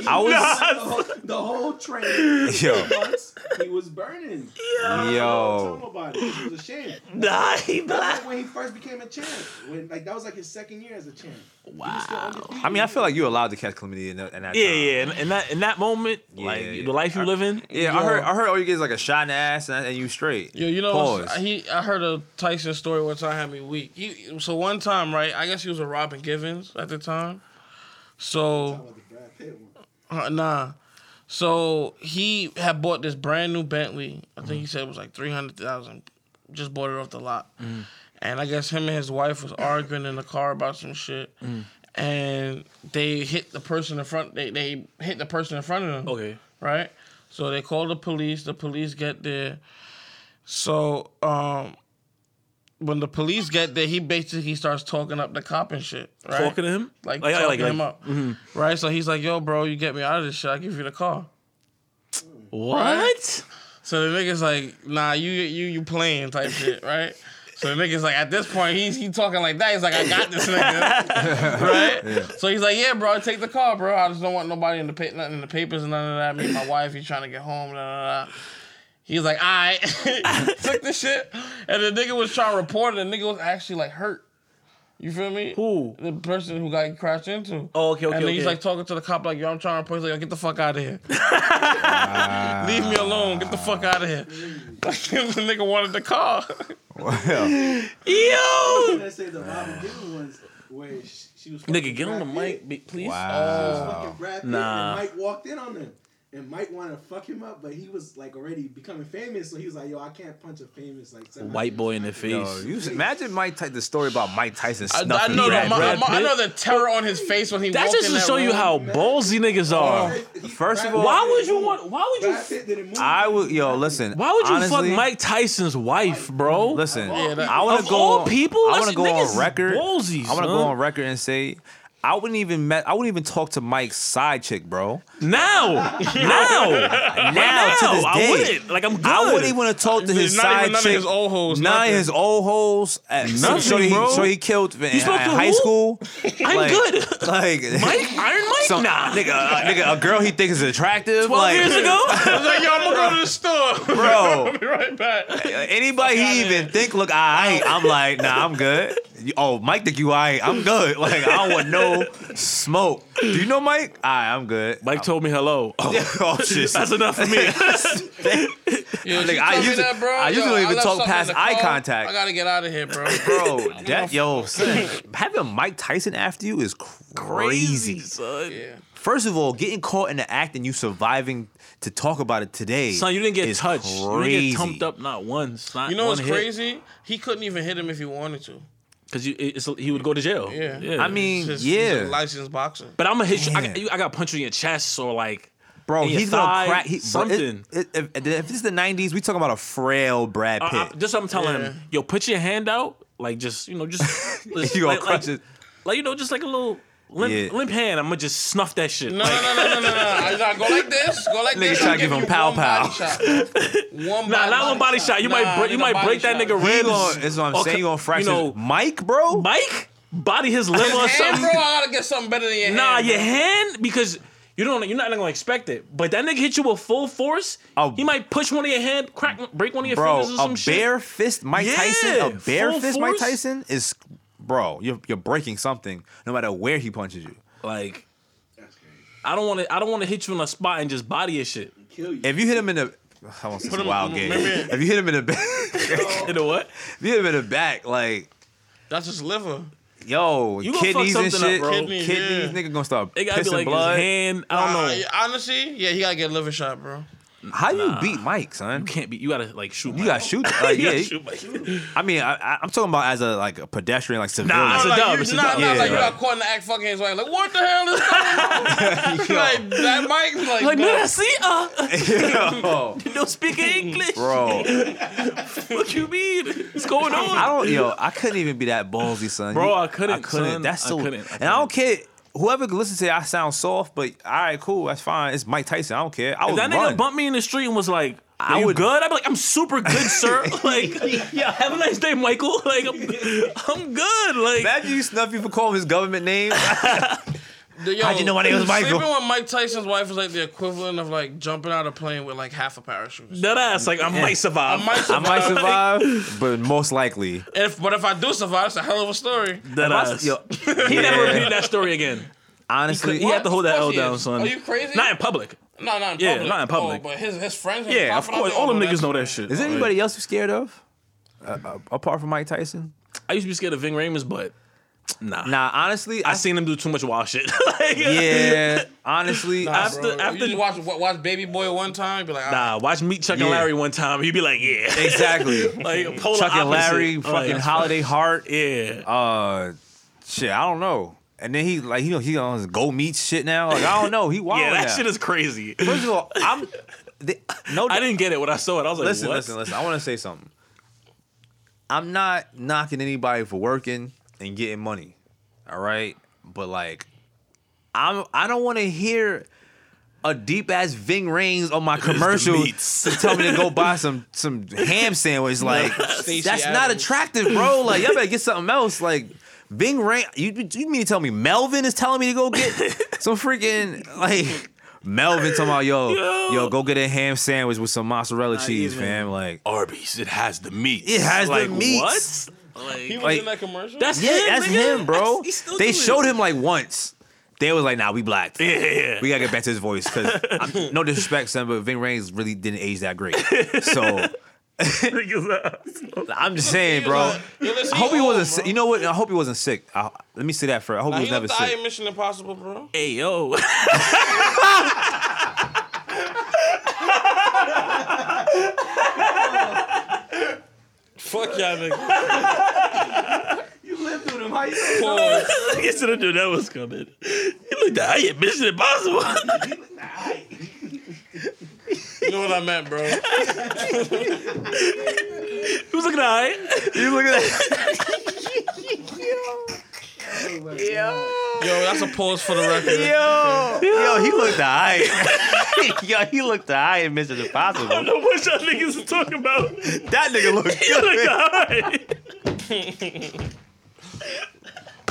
S2: I was,
S3: the, whole, the whole train.
S2: yo,
S3: months, he was burning. Don't
S2: yo,
S3: tell nobody. He was ashamed.
S4: nah, he
S3: That's
S4: black.
S3: like when he first became a champ. When like that was like his second year as a champ.
S4: Wow.
S2: I mean, I feel like you're allowed to catch chlamydia in that, in that
S4: Yeah,
S2: time.
S4: yeah. In, in that in that moment, like
S2: yeah.
S4: the life you live in.
S2: Yeah, I heard. I heard all you get is like a shot in the ass, and, and you straight.
S5: Yo, you know,
S2: Pause.
S5: he I heard a Tyson story one time had me weak. He, so one time, right? I guess he was with Robin Givens at the time. So
S3: Talking about the Brad Pitt one.
S5: Uh, nah. So he had bought this brand new Bentley. I
S4: Mm.
S5: think he said it was like three hundred thousand. Just bought it off the lot.
S4: Mm.
S5: And I guess him and his wife was arguing in the car about some shit.
S4: Mm.
S5: And they hit the person in front. They they hit the person in front of them.
S4: Okay.
S5: Right. So they call the police. The police get there. So um, when the police get there, he basically starts talking up the cop and shit. Right?
S4: Talking to him,
S5: like,
S4: Like,
S5: talking
S4: like, mm-hmm.
S5: him
S4: like-
S5: up, right? So he's like, "Yo, bro, you get me out of this shit. I give you the car."
S4: what?
S5: So the nigga's like, "Nah, you you you playing type shit, right?" So the nigga's like, at this point, he's he talking like that. He's like, "I got this nigga," right? So he's like, "Yeah, bro, take the car, bro. I just don't want nobody in the pa- nothing in the papers and none of that. Me and my wife, he's trying to get home." Blah, blah, blah. He's like, "All right," took the shit, and the nigga was trying to report it. The nigga was actually like hurt. You feel me?
S4: Who?
S5: the person who got crashed into.
S4: Oh, okay, okay,
S5: And then he's
S4: okay.
S5: like talking to the cop, like, yo, I'm trying to report. He's like, yo, get the fuck out of here. Leave me alone. Get the fuck out of here. Like, the nigga wanted the car.
S2: Well,
S4: Yo,
S3: Let's say the Robin Gibbons ones where she, she was. fucking
S4: nigga, get on
S3: Brad
S4: the
S3: Pitt.
S4: mic, be- please.
S3: She was
S2: wow.
S3: fucking Brad Pitt
S4: Nah.
S3: and Mike walked in on them. and Mike wanted to fuck him up, but he was like already becoming famous, so he was like, "Yo, I can't punch a famous like seven
S4: White
S3: hundred
S4: boy in the face.
S2: Yo, Oh, you s- imagine Mike Tyson. The story about Mike Tyson
S5: I, I
S2: snuffing
S5: know
S2: Brad
S5: the, my,
S2: Pitt.
S5: my- I know the terror on his face when he
S4: That
S5: walked
S4: just
S5: in
S4: to
S5: that
S4: show you
S5: room.
S4: how ballsy niggas are.
S2: Oh.
S3: He-
S2: First of
S3: Brad
S2: all-
S4: Why
S3: Pitt
S4: would you
S3: didn't
S4: want? Why would you?
S3: Brad Pitt didn't move.
S2: I would, yo, listen.
S4: Why would you
S2: honestly,
S4: fuck Mike Tyson's wife, bro?
S2: Listen,
S5: Yeah, that-
S2: I want
S4: Of
S2: to go.
S4: all
S2: on-
S4: people?
S2: I want
S4: That's-
S2: to go
S4: niggas is
S2: on record.
S4: ballsy,
S2: I want to go
S4: son.
S2: on record and say, I wouldn't even met. I wouldn't even talk to Mike's side chick, bro.
S4: Now, now,
S2: Now,
S4: now,
S2: to this day,
S4: I wouldn't. Like I'm good.
S2: I wouldn't even talk to his
S5: Not
S2: side
S5: even none of
S2: chick.
S5: his old hoes,
S2: None
S5: nothing.
S2: of his old hoes. At,
S4: Nothing,
S2: so he,
S4: bro.
S2: So he killed in,
S4: spoke
S2: in
S4: to
S2: high
S4: who?
S2: school.
S4: I'm
S2: like-
S4: good.
S2: Like
S4: Mike, Iron Mike,
S2: some-
S4: nah.
S2: nigga, uh, nigga, a girl he thinks is attractive.
S4: Twelve
S2: like,
S4: years
S5: I
S4: ago.
S5: was like, yo, I'm gonna go to the store.
S2: bro.
S5: I'll be right back.
S2: Anybody he
S5: Fuck outta
S2: even think look I I'm like nah I'm good. You- Oh Mike think you I I'm good. Like I don't want no smoke. Do you know Mike? I I'm good.
S4: Mike told me hello. Oh,
S2: oh shit.
S4: that's enough for me.
S5: Yo,
S2: Nigga,
S5: she
S2: I
S5: told me
S2: usually-
S5: that, bro.
S2: I
S5: Yo,
S2: usually don't even
S5: left
S2: talk
S5: something in
S2: past
S5: the
S2: eye
S5: car.
S2: contact.
S5: I gotta get out of here, bro.
S2: Bro, that yo, son, having Mike Tyson after you is crazy.
S4: son.
S5: Yeah.
S2: First of all, getting caught in the act and you surviving to talk about it today.
S4: Son, you didn't get
S2: is
S4: touched. You didn't
S2: crazy.
S4: get tumped up not once. Not
S5: You know
S4: one
S5: what's crazy? He couldn't even hit him if he wanted to.
S4: Because it's, he would go to jail.
S5: Yeah.
S2: I
S5: He's
S2: mean,
S5: just- he's
S2: yeah,
S5: a licensed boxer.
S4: but I'm gonna hit you. I,
S2: Damn.
S4: got- you- I got punched in your chest or like.
S2: bro,
S4: in your
S2: he's gonna
S4: thigh,
S2: crack he, bro, it-
S4: something. Uh,
S2: it- if, if this is the '90s, we talking about a frail Brad Pitt.
S4: I, I, just I'm telling
S5: Yeah.
S4: him, yo, put your hand out, like just you know, just
S2: You gonna
S4: like,
S2: crunch
S4: like,
S2: it.
S4: like, you know, just like a little limp,
S2: Yeah.
S4: limp hand. I'm gonna just snuff that shit.
S5: No,
S4: Like,
S5: no, no, no, no, no, no. I gotta go like this. Go like
S2: Nigga
S5: this.
S2: try
S5: I'll
S2: to give him
S5: you
S2: pow
S5: one
S2: pow.
S5: body shot, bro. One
S4: Nah,
S5: body,
S4: not one body shot. You might break, you
S5: nigga,
S4: might
S5: body
S4: break that
S5: shot.
S4: nigga
S2: He
S4: ribs.
S2: gonna, that's what I'm
S4: or
S2: saying. You
S4: co-
S2: gonna fracture
S4: you know,
S2: Mike, bro?
S4: Mike body his liver or
S5: His hand,
S4: something.
S5: bro. I gotta get something better than your
S4: Nah,
S5: hand.
S4: your
S5: bro.
S4: hand because you don't you're not gonna expect it. But that nigga hit you with full force.
S2: A-
S4: he might push one of your hand, crack, break one of your
S2: bro,
S4: fingers or some
S2: a
S4: shit.
S2: bare fist Mike
S4: Yeah,
S2: Tyson, a bare
S4: full
S2: fist Mike
S4: force.
S2: Tyson is, bro, you're, you're breaking something no matter where he punches you.
S4: Like
S3: That's crazy.
S4: I don't want to I don't want to hit you in a spot and just body your shit.
S3: Kill you.
S2: If you hit him in the, I want to say
S5: him-
S2: wild game. If you hit him in the back, if
S4: You know what?
S2: you hit him in the back, like
S5: That's his liver.
S2: yo,
S4: You gonna fuck
S2: kidneys and
S4: something up,
S2: shit,
S4: bro.
S2: kidneys,
S5: Kidneys, yeah.
S2: nigga gonna start
S4: It gotta
S2: pissing
S4: be like
S2: blood.
S4: his hand. I don't know.
S5: Uh, honestly, yeah, he gotta get a liver shot, bro.
S2: How you beat Mike, son?
S4: You can't be. You gotta like shoot.
S2: You
S4: Mike.
S2: got to shoot. Like,
S4: You
S2: yeah,
S4: gotta
S2: you-
S4: shoot Mike.
S2: I mean, I, I, I'm talking about as a like a pedestrian, like civilian.
S4: Nah, It's a
S5: like,
S4: dub,
S5: You,
S4: it's a
S5: nah,
S4: dub.
S5: nah,
S2: Yeah,
S5: like you
S2: right.
S5: got caught in the act fucking his wife. Like, what the hell is going on? like that mic, like,
S4: Like,
S5: bro,
S4: man, see, uh,
S2: Yo,
S4: you don't speak English.
S2: bro,
S4: What you mean? What's going on?
S2: I don't. Yo, I couldn't even be that ballsy, son.
S4: Bro,
S2: You-
S4: I couldn't, son.
S2: That's
S4: I
S2: so.
S4: couldn't, I
S2: And I don't care. Whoever can listen to it, I sound soft, but all right, cool, that's fine. It's Mike Tyson. I don't care. I
S4: If
S2: would
S4: that
S2: run.
S4: nigga bumped me in the street and was like, "Are
S2: I
S4: you
S2: would-
S4: good?" I'd be like, "I'm super good, sir. like, yeah, have a nice day, Michael. Like, I'm, I'm good. Like,
S2: Imagine you snuff you for calling his government name.
S5: yo,
S2: How'd you know my name was Michael?
S5: Sleeping with Mike Tyson's wife is like the equivalent of like jumping out of a plane with like half a parachute.
S4: that ass. Like, I might survive.
S5: I might
S2: I
S5: survive.
S2: might survive, but most likely.
S5: If, but if I do survive, it's a hell of a story.
S4: That ass.
S2: Yo,
S4: he never
S2: Yeah.
S4: repeated that story again.
S2: honestly,
S4: He had to hold that
S5: Of
S4: L
S5: course he
S4: down,
S5: is.
S4: son.
S5: Are you crazy?
S4: Not in public.
S5: No, not in
S4: Yeah,
S5: public.
S4: not in public.
S5: Oh, but his his friends. and
S4: Yeah,
S5: his
S4: of
S5: confidants,
S4: course.
S5: they
S4: All them
S5: know
S4: niggas
S5: that
S4: know
S5: shit.
S4: that shit.
S2: is there
S4: Like,
S2: anybody else you scared of? Uh, uh, apart from Mike Tyson?
S4: I used to be scared of Ving Rhames, but nah.
S2: Nah, honestly,
S4: I
S2: I
S4: seen him do too much wild shit. like,
S2: yeah, honestly, I-
S4: After-
S5: Bro,
S4: after-
S5: you just watch wa- watch Baby Boy one time, be like, "Ah,
S4: Nah, watch Meet Chuck
S2: Yeah.
S4: and Larry one time. He'd be like, yeah.
S2: exactly.
S4: like, polar
S2: Chuck and
S4: opposite. Oh,
S2: Larry,
S4: Like,
S2: fucking Holiday Heart.
S4: Yeah.
S2: Uh, shit, I don't know. And then he like you know he on his go meet shit now. Like I don't know. He wild.
S4: yeah, that
S2: now.
S4: shit is crazy.
S2: First of all, I'm the, no.
S4: I didn't get it when I saw it. I was like,
S2: listen,
S4: what?
S2: listen, listen. I want to say something. I'm not knocking anybody for working and getting money. All right, but like, I'm I don't want to hear a deep ass Ving Rhames on my commercial
S4: meats.
S2: to tell me to go buy some some ham sandwich. Like
S5: Stacey
S2: that's not
S5: Adams.
S2: attractive, bro. Like y'all better get something else. Like Ving Rhames, you you mean to tell me Melvin is telling me to go get some freaking like. Melvin talking about yo,
S4: Yo.
S2: yo, go get a ham sandwich with some mozzarella cheese,
S4: even.
S2: fam. Like,
S4: Arby's, it has the meat.
S2: It has the
S4: like,
S2: meats.
S4: What?
S5: he was
S4: Like,
S2: like-
S5: in that commercial.
S4: that's
S2: yeah,
S4: him,
S2: that's
S4: nigga.
S2: him, bro.
S4: That's- he still
S2: they
S4: do it.
S2: showed him like once. They was like, nah, we blacked.
S4: Yeah, yeah.
S2: We gotta get back to his voice because no disrespect, son, but Ving Rhames really didn't age that great. So
S4: uh,
S2: I'm just saying, bro.
S5: Yo, listen,
S2: I hope he
S5: old,
S2: wasn't.
S5: bro.
S2: sick. You know what? I hope he wasn't sick. I, let me say that first. I hope
S5: Nah,
S2: he was
S5: he
S2: never
S5: looked the
S2: sick.
S5: Mission Impossible, bro.
S4: hey yo, that nigga.
S3: You lived through them. How you know?
S4: Pause. I guess I didn't know that was coming. He looked at I ain't Mission Impossible.
S5: You know what I meant, bro.
S4: he was looking all right.
S2: You look at that.
S3: Oh my God.
S5: Yo, that's a pause for the record.
S2: Yo, yo, he looked high. yo, he looked high in Mission
S4: I don't
S2: Impossible.
S4: know what y'all niggas are talking about. He
S2: That nigga looked
S4: looked
S2: good.
S4: all right.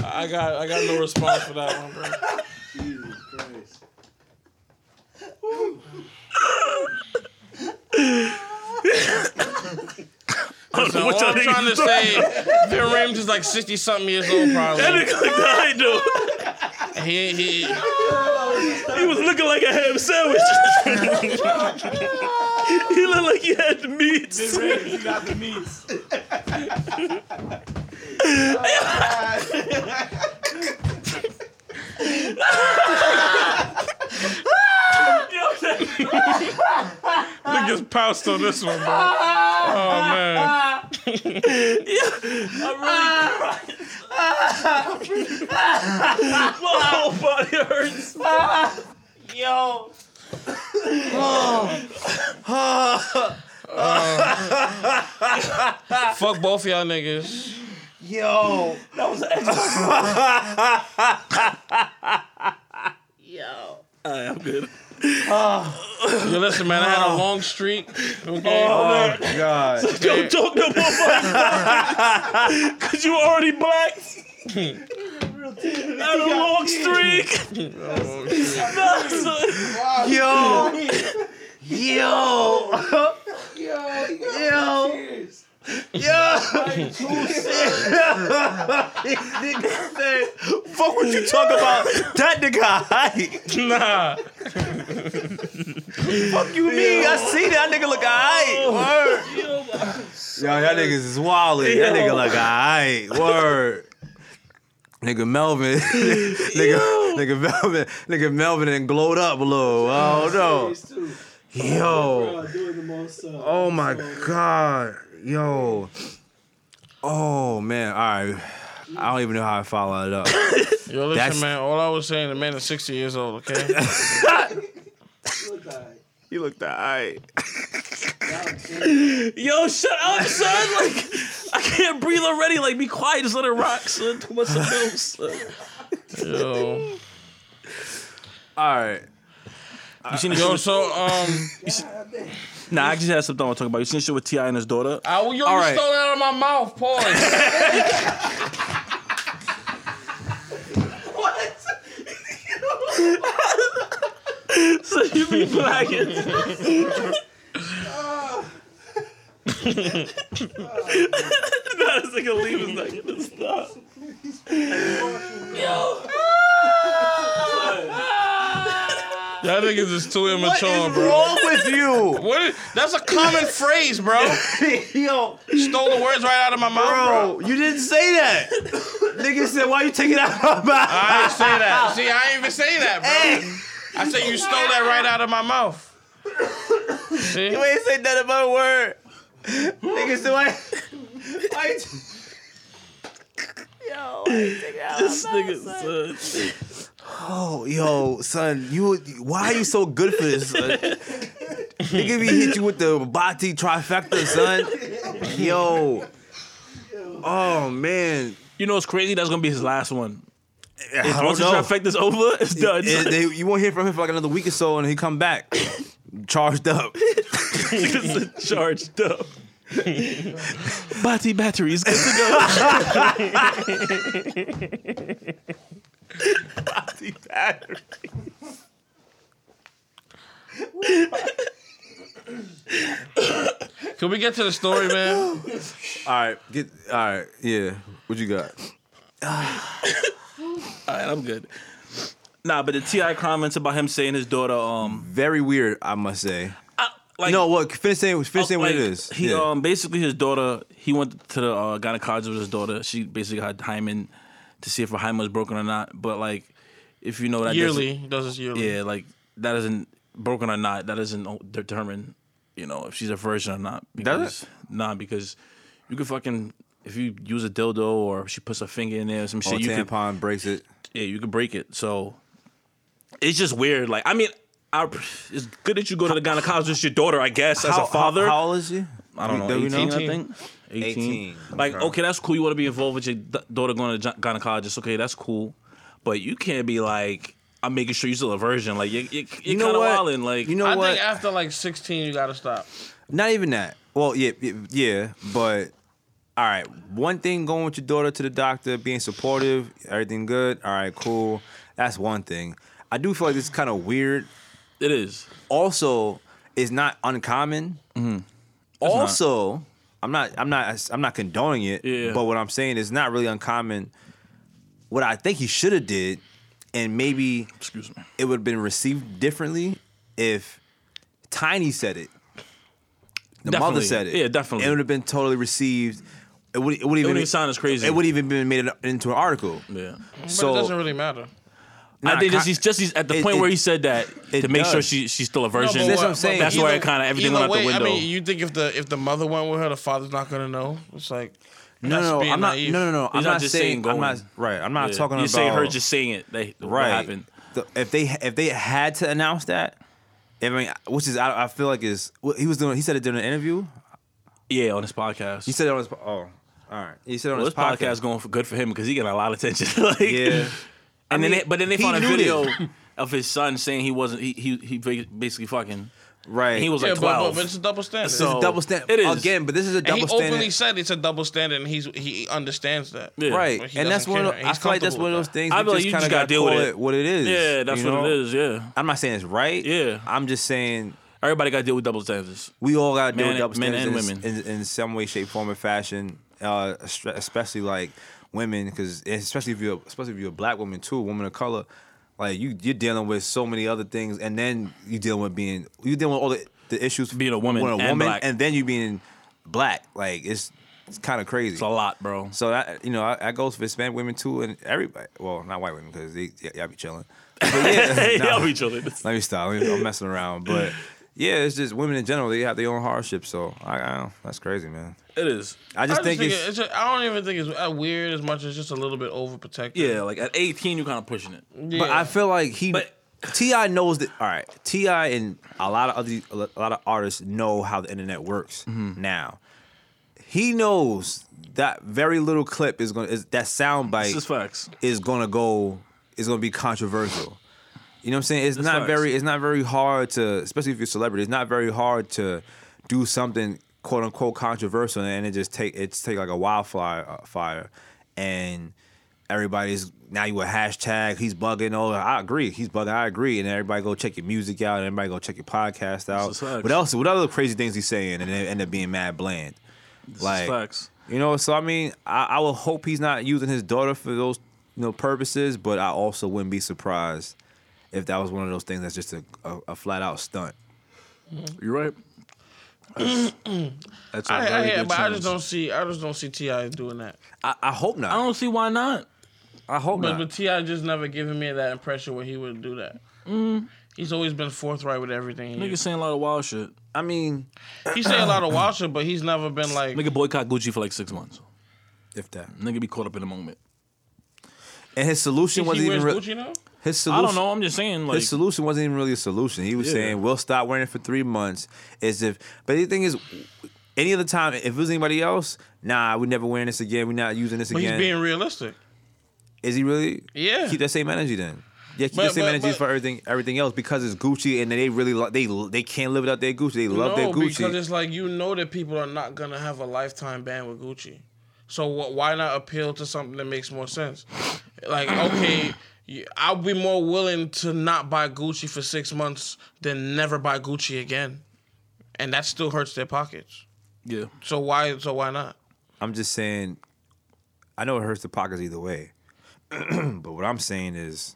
S5: I got I got no response for that one, bro.
S3: Jesus Christ.
S4: I don't know
S5: So
S4: what
S5: what
S4: y'all
S5: I'm trying
S4: niggas
S5: to
S4: are talking about.
S5: say, Vin Rames is like sixty something years old
S4: That
S5: probably.
S4: nigga looked all right, though.
S5: He he
S4: He was looking like a ham sandwich. he looked like he had the meats.
S3: You got the meats.
S5: niggas pounced on this one, bro. Oh man.
S4: My whole body hurts.
S5: Fuck both of y'all niggas.
S2: Yo,
S4: That was an Xbox. Yo. Alright, I'm good. Ah.
S5: Yo, listen, man, I had a long streak. Okay.
S2: oh god.
S4: Don't talk no more about it. Cause you already black. At a long streak. No, son.
S2: Yo, yo,
S3: Yo, he got
S2: yo,
S3: tears.
S2: yo. nigga said, "Fuck what you talk about." That nigga high.
S5: Nah.
S2: Fuck you mean? I see that nigga look alright. Word. Oh. Yo, that niggas is wildin'. That nigga look alright. Word. Nigga Melvin, nigga, nigga Melvin, nigga Melvin, and glowed up a little. I don't know.
S3: Tears too.
S2: Yo,
S3: Bro, doing the most. Uh,
S2: oh my
S3: so-
S2: god, yo, oh man, all right. I don't even know how I follow it up.
S5: Yo, listen,
S2: That's-
S5: man. All I was saying, the man is sixty years old. Okay.
S3: Look alright.
S2: He looked alright.
S3: Y'all changed.
S4: Yo, shut up, son. Like, I can't breathe already. Like, be quiet. Just let it rock, son. Too much of milk, son.
S5: Yo.
S2: All right.
S4: You seen the
S5: Yo.
S4: shit with-
S5: So um.
S4: Nah, I just had something I want to talk about. You seen the shit with Ti and his daughter?
S5: I, yo, you
S2: All right.
S5: stole it out of my mouth, pause.
S4: so you be black. Nah, this nigga leave is not gonna stop.
S5: Y'all niggas is too
S2: What
S5: immature,
S2: is
S5: bro.
S2: wrong with you?
S5: What is, that's a common phrase, bro.
S2: Yo,
S5: Stole the words right out of my mouth, bro.
S2: Bro, you didn't say that. Nigga said, why you taking out my mouth?
S5: I didn't say that. See, I didn't even say that, bro.
S2: Hey,
S5: I said you stole that right out of my mouth. See?
S2: you ain't say nothing but a word. Nigga said, why? why you t-
S4: This nigga, son.
S2: oh, yo, son, you. why are you so good for this, son? Nigga be hit you with the Bati trifecta, son. Yo. Oh, man.
S4: You know what's crazy? That's gonna be his last one.
S2: I don't
S4: Once the
S2: know.
S4: trifecta's over, it's done.
S2: It- they- you won't hear from him for like another week or so, and he come back charged up.
S4: It's charged up. Bati batteries. Good to go.
S5: Can we get to the story, man?
S2: All right, get all right. Yeah, what you got?
S4: All right, I'm good. Nah, but the Ti comments about him saying his daughter, um,
S2: Very weird, I must say.
S4: like oh,
S2: no, what? Finish saying, finish saying what it
S4: like,
S2: is.
S4: He
S2: yeah. Oh,
S4: um basically his daughter. He went to the uh, gynecologist with his daughter. She basically had hymen to see if her hymen was broken or not. But like, if you know that
S5: Yearly. He does this yearly.
S4: doesn't- yeah, like that isn't broken or not. That doesn't determine, you know, if she's a virgin or not. Because, Nah, because You could fucking if you use a dildo or she puts her finger in there or some
S2: Oh,
S4: shit, you could
S2: tampon breaks it.
S4: yeah, you could break it. So it's just weird. Like I mean, I, it's good that you go to the gynecologist with your daughter, I guess, as a father.
S2: How, how old is she?
S4: I don't know,
S2: Do we
S4: 18,
S2: know?
S4: I think. 18.
S2: 18,
S4: Like,
S2: okay.
S4: okay, that's cool. You want to be involved with your d- daughter going to gy- gynecologist. Okay, that's cool. But you can't be like, I'm making sure you're still a virgin. Like, you're, you're, you're
S2: You know
S4: kind of
S2: what?
S4: wilding. Like,
S2: You know
S5: I
S2: what?
S5: think after like 16, you gotta stop.
S2: Not even that. Well, yeah, y- yeah, but all right. One thing going with your daughter to the doctor, being supportive, everything good. All right, cool. That's one thing. I do feel like this is kind of weird.
S4: it is.
S2: Also, it's not uncommon.
S4: Mm-hmm.
S2: Also, I'm not, I'm not, I'm not condoning it.
S4: Yeah.
S2: But what I'm saying is not really uncommon. What I think he should have did, and maybe
S4: Excuse me.
S2: it would have been received differently if Tiny said it. The mother
S4: Definitely.
S2: said it.
S4: Yeah, definitely.
S2: It would have been totally received. It would. It would
S4: It
S2: even.
S4: wouldn't even sound as crazy.
S2: It would even been made into an article.
S4: Yeah.
S5: But
S2: So
S5: it doesn't really matter.
S2: Nah,
S4: I think just,
S2: con-
S4: he's just he's at the
S2: it-
S4: point where
S2: it-
S4: he said that
S2: it
S4: to make sure
S2: does.
S4: she she's still a
S5: No,
S4: virgin.
S5: but
S2: That's what I'm
S5: but
S2: saying.
S4: That's why
S5: either-
S4: it kinda- everything
S5: either
S4: went out the
S5: way, I
S4: window.
S5: mean, you think if the if the mother went with her, the father's not gonna know? It's like
S2: no,
S5: that's
S2: no,
S5: being
S2: I'm not.
S5: naive.
S2: No, no, no. I'm
S4: not
S2: not
S4: just
S2: saying.
S4: saying
S2: I'm not
S4: going.
S2: right. I'm not
S4: Yeah.
S2: talking
S4: you
S2: about.
S4: say her just saying it. That
S2: right.
S4: what happened.
S2: The- if they if they had to announce that, I mean, which is I, I feel like is what he was doing. He said it during an interview.
S4: Yeah, on his podcast.
S2: He said it on his. po- Oh, all right. He said it on
S4: well,
S2: his
S4: this podcast going for good for him because he getting a lot of attention. like,
S2: Yeah.
S4: And then,
S2: mean,
S4: they, but then they
S2: he
S4: found a
S2: knew
S4: video
S2: this.
S4: of his son saying he wasn't. He he, he ba- basically fucking.
S2: Right.
S4: He was
S5: Yeah,
S4: like
S5: but- but,
S4: twelve.
S5: but it's a double standard.
S2: This is
S4: So-
S2: a double standard.
S4: It is.
S2: again, but this is a
S5: And
S2: double
S5: he
S2: standard.
S5: openly said it's a double standard, and he's he understands that.
S4: Yeah.
S2: Right,
S5: But he
S2: and that's
S5: doesn't
S2: one. Of,
S5: care.
S2: I
S5: He's
S2: feel like that's
S5: comfortable
S2: one of
S5: with
S2: those
S5: that.
S2: things.
S4: I
S2: I
S4: feel like
S2: just
S4: you
S2: kind
S4: just
S2: of
S4: gotta
S2: got to
S4: deal
S2: call
S4: with
S2: it.
S4: it.
S2: what it is.
S4: yeah, that's
S2: you know?
S4: what it is. Yeah,
S2: I'm not saying it's right.
S4: Yeah.
S2: I'm just saying
S4: everybody got to deal with double standards.
S2: we all got to deal
S4: Men-
S2: with double
S4: men and
S2: standards in, in, in some way, shape, form, or fashion. Uh, estre- especially like women, because especially if you're especially if you're a black woman too, a woman of color, like you you're dealing with so many other things, and then you dealing with being you dealing with all the, the issues
S4: Being a woman
S2: with a
S4: and
S2: woman,
S4: black.
S2: and then you being black. Like it's it's kind of crazy.
S4: It's a lot, bro.
S2: So that you know, I, I goes for Hispanic women too, and everybody. Well, not white women because they y- y'all be chilling. But yeah,
S4: Hey,
S2: nah,
S4: y'all be chilling.
S2: let me stop. Let me- I'm messing around, but yeah, it's just women in general. They have their own hardships, so I, I don't, that's crazy, man.
S4: It is.
S2: I
S5: I
S2: just think it's,
S5: it's a, I don't even think it's uh, weird as much as just a little bit overprotective.
S4: Yeah, like at eighteen, you kind of pushing it.
S2: but I feel like he.
S4: But-
S2: Ti knows that. All right, Ti and a lot of other a lot of artists know how the internet works
S4: Mm-hmm.
S2: now. He knows that very little clip is gonna is that sound bite.
S4: This is facts.
S2: is gonna go is gonna be controversial. You know what I'm saying? It's
S4: That's
S2: not
S4: facts.
S2: very it's not very hard to especially if you're a celebrity, it's not very hard to do something quote unquote controversial and it just take it's take like a wildfire uh, fire and everybody's now you a hashtag he's bugging oh I agree he's bugging I agree and everybody go check your music out and everybody go check your podcast out
S4: is facts.
S2: what else what other crazy things he's saying and they end up being mad bland
S4: This is facts.
S2: you know, so I mean, I, I would hope he's not using his daughter for those you know purposes, but I also wouldn't be surprised if that was one of those things that's just a, a, a flat out stunt.
S4: You're right. That's, that's a
S5: I, I
S4: very
S5: hear,
S4: good
S5: but I
S4: challenge.
S5: just don't see. I just don't see Ti doing that.
S2: I, I hope not.
S4: I don't see why not.
S2: I hope
S5: But,
S2: not.
S5: but Ti just never given me that impression where he would do that.
S2: Mm-hmm.
S5: He's always been forthright with everything. He,
S4: Nigga saying a lot of wild shit.
S2: I mean,
S5: he say a lot of wild shit, but he's never been like.
S4: Nigga boycott Gucci for like six months.
S2: if that
S4: Nigga be caught up in the moment.
S2: and his solution
S5: Think
S2: wasn't
S5: he
S2: even
S5: wears
S2: real.
S5: Gucci now?
S2: His
S4: I
S2: solution.
S4: don't know. I'm just saying like
S2: his solution wasn't even really a solution. He was
S4: Yeah.
S2: saying we'll stop wearing it for three months. As if, but the thing is, any other time, if it was anybody else, nah, we're never wearing this again. We're not using this
S5: But
S2: again.
S5: he's being realistic.
S2: Is he really?
S5: Yeah.
S2: Keep that same energy then. Yeah, keep
S5: But-
S2: that same
S5: but-
S2: energy
S5: but-
S2: for everything everything else because it's Gucci and they really lo- they they can't live without their Gucci. They love
S5: no,
S2: their
S5: because
S2: Gucci.
S5: it's like you know that people are not gonna have a lifetime ban with Gucci. So wh- why not appeal to something that makes more sense? Like okay, you- I'll be more willing to not buy Gucci for six months than never buy Gucci again, and that still hurts their pockets.
S4: yeah.
S5: So why? So why not?
S2: I'm just saying I know it hurts the pockets either way. but what I'm saying is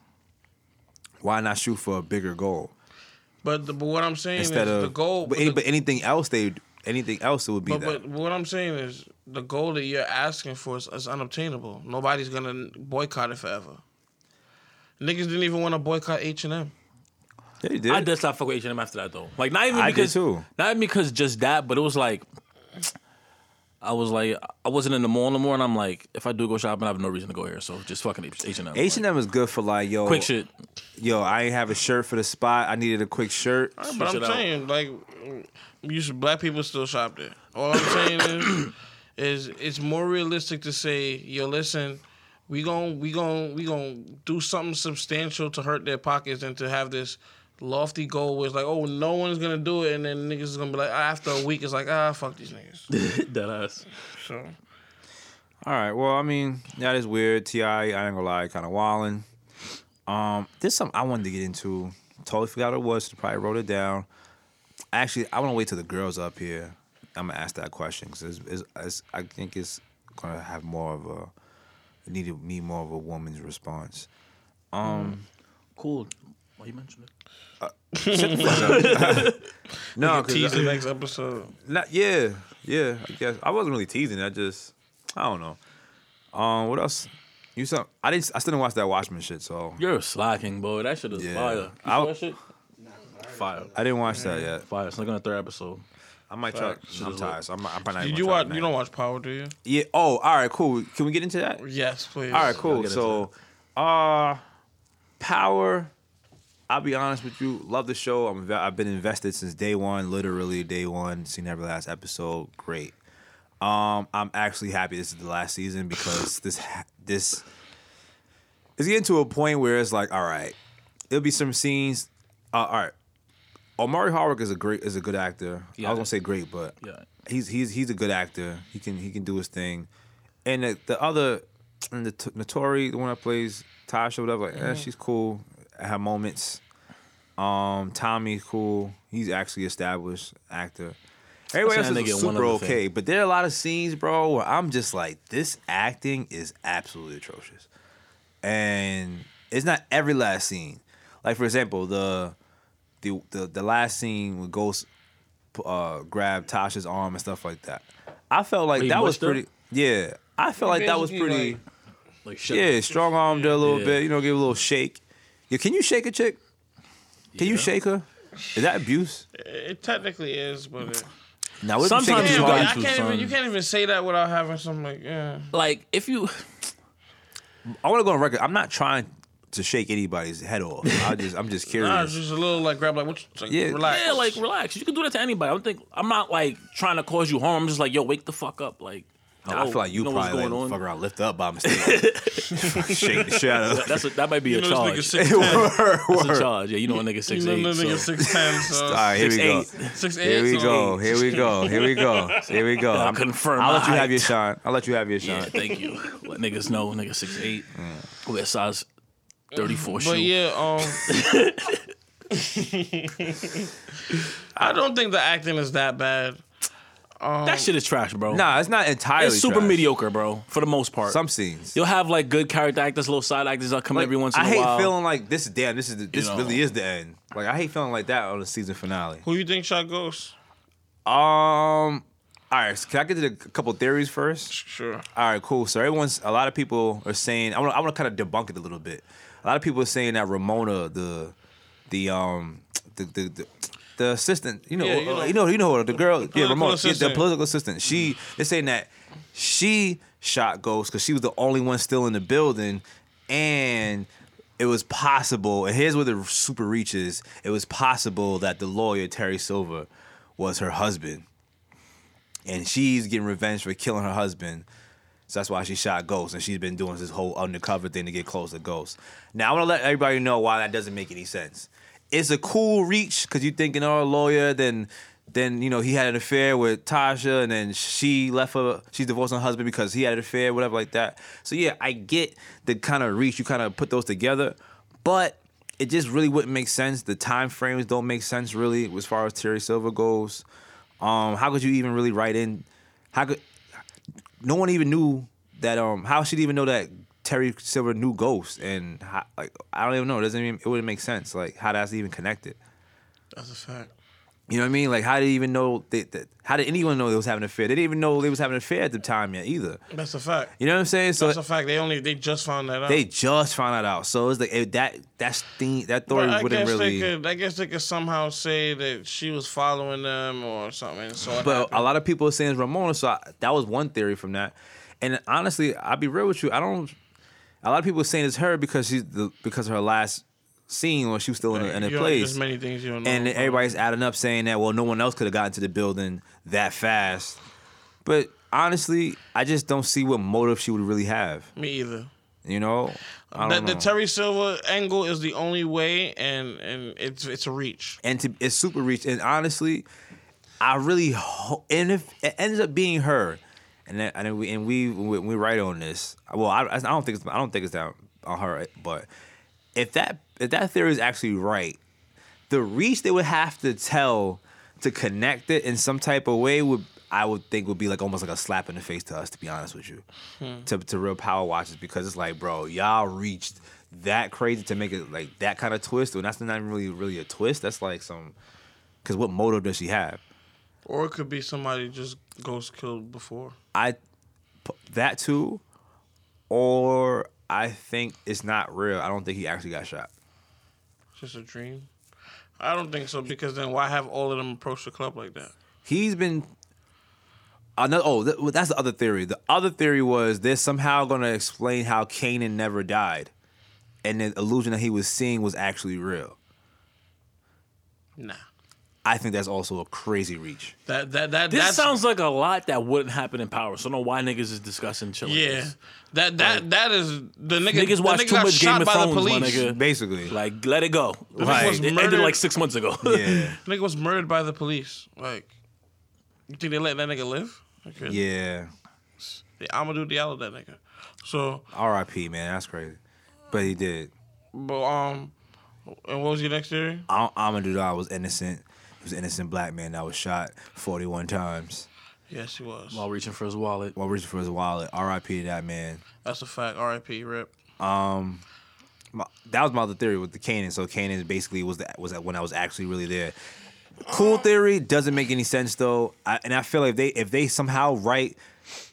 S2: why not shoot for a bigger goal
S5: But the, but what I'm saying
S2: instead
S5: is
S2: of
S5: the goal.
S2: But,
S5: the-
S2: any, but anything else they anything else it would be
S5: But,
S2: that.
S5: but what I'm saying is the goal that you're asking for is, is unobtainable. Nobody's gonna boycott it forever. Niggas didn't even want to boycott H and M.
S2: Yeah, they did.
S4: I did stop fuck with H&M after that though. Like not even
S2: I did,
S4: because
S2: too.
S4: not even because just that, but it was like I was like, I wasn't in the mall no more, and I'm like, if I do go shopping, I have no reason to go here. So just fucking H and M.
S2: H and M is good for like yo
S4: Quick shit.
S2: Yo, I ain't have a shirt for the spot. I needed a quick shirt.
S5: But I'm
S4: it out.
S5: saying, like, you should, black people still shop there. All I'm saying is, is it's more realistic to say, yo, listen, we gon' we gon' we gon' do something substantial to hurt their pockets than to have this lofty goal where it's like, oh, no one's gonna do it, and then niggas is gonna be like, after a week, it's like, ah, fuck these niggas.
S4: that ass.
S5: So
S2: All right. Well, I mean, that is weird. Ti, I ain't gonna lie, kind of wildin'. Um, there's something I wanted to get into. Totally forgot what it was. So probably wrote it down. Actually, I want to wait till the girls up here. I'm gonna ask that question because it's, it's, it's, I think it's gonna have more of a it need to need more of a woman's response.
S4: Cool. Why you mentioned it?
S2: No,
S5: tease the
S2: because
S5: next episode.
S2: uh, yeah, yeah. I guess I wasn't really teasing. I just I don't know. Um, what else? You some? I didn't. I still didn't watch that Watchmen shit. So
S4: You're slacking, boy. That shit is
S2: Yeah.
S4: fire. You
S2: I-
S4: saw that shit? Fire.
S2: I didn't watch that yet.
S4: Fire. It's like on the third episode.
S2: I might try.
S4: Fact. Should've
S2: I'm tired, so I'm, I'm probably not
S5: Did
S2: even
S5: you
S2: gonna try
S5: watch?
S2: tonight.
S5: You don't watch Power, do you?
S2: Yeah. Oh, all right. Cool. Can we get into that? All
S5: Yes, please.
S2: right.
S4: I'll
S2: Cool.
S4: get into
S2: So, uh, power. I'll be honest with you. Love the show. I'm, ve- I've been invested since day one. Literally day one. Seen every last episode. Great. Um, I'm actually happy this is the last season because this ha- this it's getting to a point where it's like, all right, it'll be some scenes. Uh, all right. Omari Hardwick is a great is a good actor. I
S4: Yeah.
S2: was gonna say great, but
S4: Yeah.
S2: he's he's he's a good actor. He can he can do his thing. And the, the other and the T- Notori, the one that plays Tasha, whatever, like, eh, she's cool. I have moments. Um, Tommy's cool. He's actually established actor. Everybody
S4: I've
S2: else
S4: seen that
S2: is
S4: nigga in one
S2: super
S4: other thing.
S2: okay, but there are a lot of scenes, bro, where I'm just like, this acting is absolutely atrocious, and it's not every last scene. Like for example, the the the, the last scene with Ghost uh, grabbed Tasha's arm and stuff like that. I felt like
S4: Wait,
S2: that was
S4: mushed her?
S2: pretty. Yeah, I felt like that was
S5: Basically,
S2: pretty.
S5: like-
S4: Like shit.
S2: yeah, strong armed her a little
S4: Yeah.
S2: bit. You know, give a little shake. Yeah, can you shake a chick? Can you
S4: Yeah.
S2: shake her? Is that abuse?
S5: It technically is, but it,
S2: Now what if shake it
S4: Sometimes
S5: yeah,
S4: you
S2: too
S5: but
S4: got
S2: hard?
S4: to,
S5: I can't even.
S4: son.
S5: You can't even say that without having something like, yeah.
S4: Like if you
S2: I want to go on record. I'm not trying to shake anybody's head off. I just, I'm just
S5: Nah, it's
S2: curious.
S5: just a little like grab like what you like,
S2: Yeah.
S5: relax.
S4: Yeah, like relax. You can do that to anybody. I don't think I'm not like trying to cause you harm. I'm just like, yo, wake the fuck up. Like
S2: I feel like you,
S4: know what's
S2: probably like,
S4: going on.
S2: fuck around, lift up by mistake, shake the shit out of.
S4: That's a, that might be a
S5: you know
S4: charge.
S5: this
S4: That's
S5: nigga six ten.
S4: a charge. Yeah, you know a nigga six
S5: You know
S4: eight.
S5: this nigga
S4: so.
S5: six ten. So
S2: All right, here we go.
S5: six eight.
S2: Here we
S5: so
S2: go. Here we go. Here we go. Here we go. I'm-
S4: confirm
S2: I'll
S4: my
S2: let you have
S4: height.
S2: your shine. I'll let you have your
S4: Yeah,
S2: shine.
S4: uh, thank you. Let niggas know, nigga six eight. Wear size thirty four shoe.
S5: But yeah, um, I don't think the acting is that bad.
S4: that shit is trash, bro.
S2: Nah, it's not entirely.
S4: it's super
S2: trash.
S4: mediocre, bro. For the most part,
S2: Some scenes.
S4: you'll have like good character actors, little side actors that come in
S2: Like,
S4: every once in
S2: I
S4: a
S2: hate
S4: while.
S2: feeling like this. Damn, this is the, this
S4: know.
S2: really is the end. Like I hate feeling like that on the season finale.
S5: Who you think shot Ghost?
S2: Um. All right, so can I get to the, a couple theories first?
S5: Sure.
S2: All right, cool. So everyone's a lot of people are saying I want I want to kind of debunk it a little bit. A lot of people are saying that Ramona, the the um the the, the the assistant, you know,
S5: Yeah,
S2: uh,
S5: you
S2: you
S5: know.
S2: know, you know, her, the girl, yeah,
S5: political
S2: Ramona, yeah,
S5: assistant. Mm-hmm.
S2: the political assistant. She, they're saying that she shot Ghost because she was the only one still in the building, and it was possible. And here's where the super reaches. It was possible that the lawyer Terry Silver was her husband, and she's getting revenge for killing her husband. So that's why she shot Ghost, and she's been doing this whole undercover thing to get close to Ghost. Now I want to let everybody know why that doesn't make any sense. It's a cool reach because you're thinking, oh, lawyer, then, then you know he had an affair with Tasha, and then she left her, she's divorced her husband because he had an affair, whatever like that. So yeah, I get the kind of reach you kind of put those together, but it just really wouldn't make sense. The time frames don't make sense really as far as Terry Silver goes. Um, how could you even really write in? How could no one even knew that um how she'd even know that Terry Silver knew Ghost and how, like I don't even know. It doesn't even it wouldn't make sense like how that's even connected.
S5: That's a fact.
S2: You know what I mean? Like, how did he even know? They, that, how did anyone know they was having an affair? They didn't even know they was having an affair at the time yet either.
S5: That's a fact.
S2: You know what I'm saying? So
S5: That's a fact. They only they just found that out.
S2: they just found that out. So it's like it, that that's thing that
S5: But
S2: story
S5: I
S2: wouldn't
S5: guess
S2: really.
S5: they could. I guess they could somehow say that she was following them or something. So it
S2: but
S5: happened.
S2: a lot of people are saying it's Ramona, so I, that was one theory from that. And honestly, I'll be real with you. I don't. A lot of people are saying it's her because she's the, because of her last scene when she was
S4: uh,
S2: still in a, in a
S5: You don't-
S2: place.
S5: There's many things you don't know.
S2: and
S5: about.
S2: everybody's adding up saying that well no one else could have gotten to the building that fast but honestly i just don't see what motive she would really have
S5: me either.
S2: you know I
S5: The,
S2: don't
S5: the
S2: know.
S5: Terry Silva angle is the only way, and and it's it's a reach.
S2: and to, it's super rich and honestly i really ho- and if it ends up being her and that, and we and we we, we right on this well I, I don't think it's i don't think it's down on her but if that if that theory is actually right the reach they would have to tell to connect it in some type of way would I would think would be like almost like a slap in the face to us, to be honest with you, to to real power watchers because it's like, bro, y'all reached that crazy to make it like that kind of twist, and that's not really really a twist. That's like some, because what motive does she have?
S5: Or it could be somebody just ghost killed before.
S2: I p- that too, or I think it's not real. I don't think he actually got shot.
S5: Just a dream. I don't think so because then why have all of them approach the club like that?
S2: he's been another oh th- well, that's the other theory the other theory was they're somehow going to explain how Kanan never died and the illusion that he was seeing was actually real
S5: Nah.
S2: i think that's also a crazy reach
S5: That that that
S4: This
S5: that's,
S4: sounds like a lot that wouldn't happen in power. So I don't know why niggas is discussing chilling.
S5: yeah. That that that is the nigga.
S4: Niggas
S5: the
S4: watch
S5: nigga
S4: too
S5: got
S4: much Game
S5: shot
S4: of
S5: by
S4: Thrones,
S5: the
S4: my
S5: police.
S4: nigga.
S2: basically
S4: Like let it go.
S2: Right.
S5: was
S4: It ended
S5: murdered-
S4: like six months ago.
S2: yeah
S5: Nigga was murdered by the police. Like, you think they let that nigga live? Okay.
S2: yeah
S5: They Amadou Diallo that nigga. So,
S2: rip man that's crazy but he did
S5: but um, and what was your next theory?
S2: Am- Amadou was innocent he was an innocent black man that was shot 41 times
S5: Yes, he was.
S4: While reaching for his wallet.
S2: while reaching for his wallet rip to that man
S5: That's a fact. R.I.P. Rip.
S2: my, that was my other theory with the Kanan. So Kanan basically was that was that when I was actually really there. Cool theory doesn't make any sense though, I, and I feel like if they if they somehow write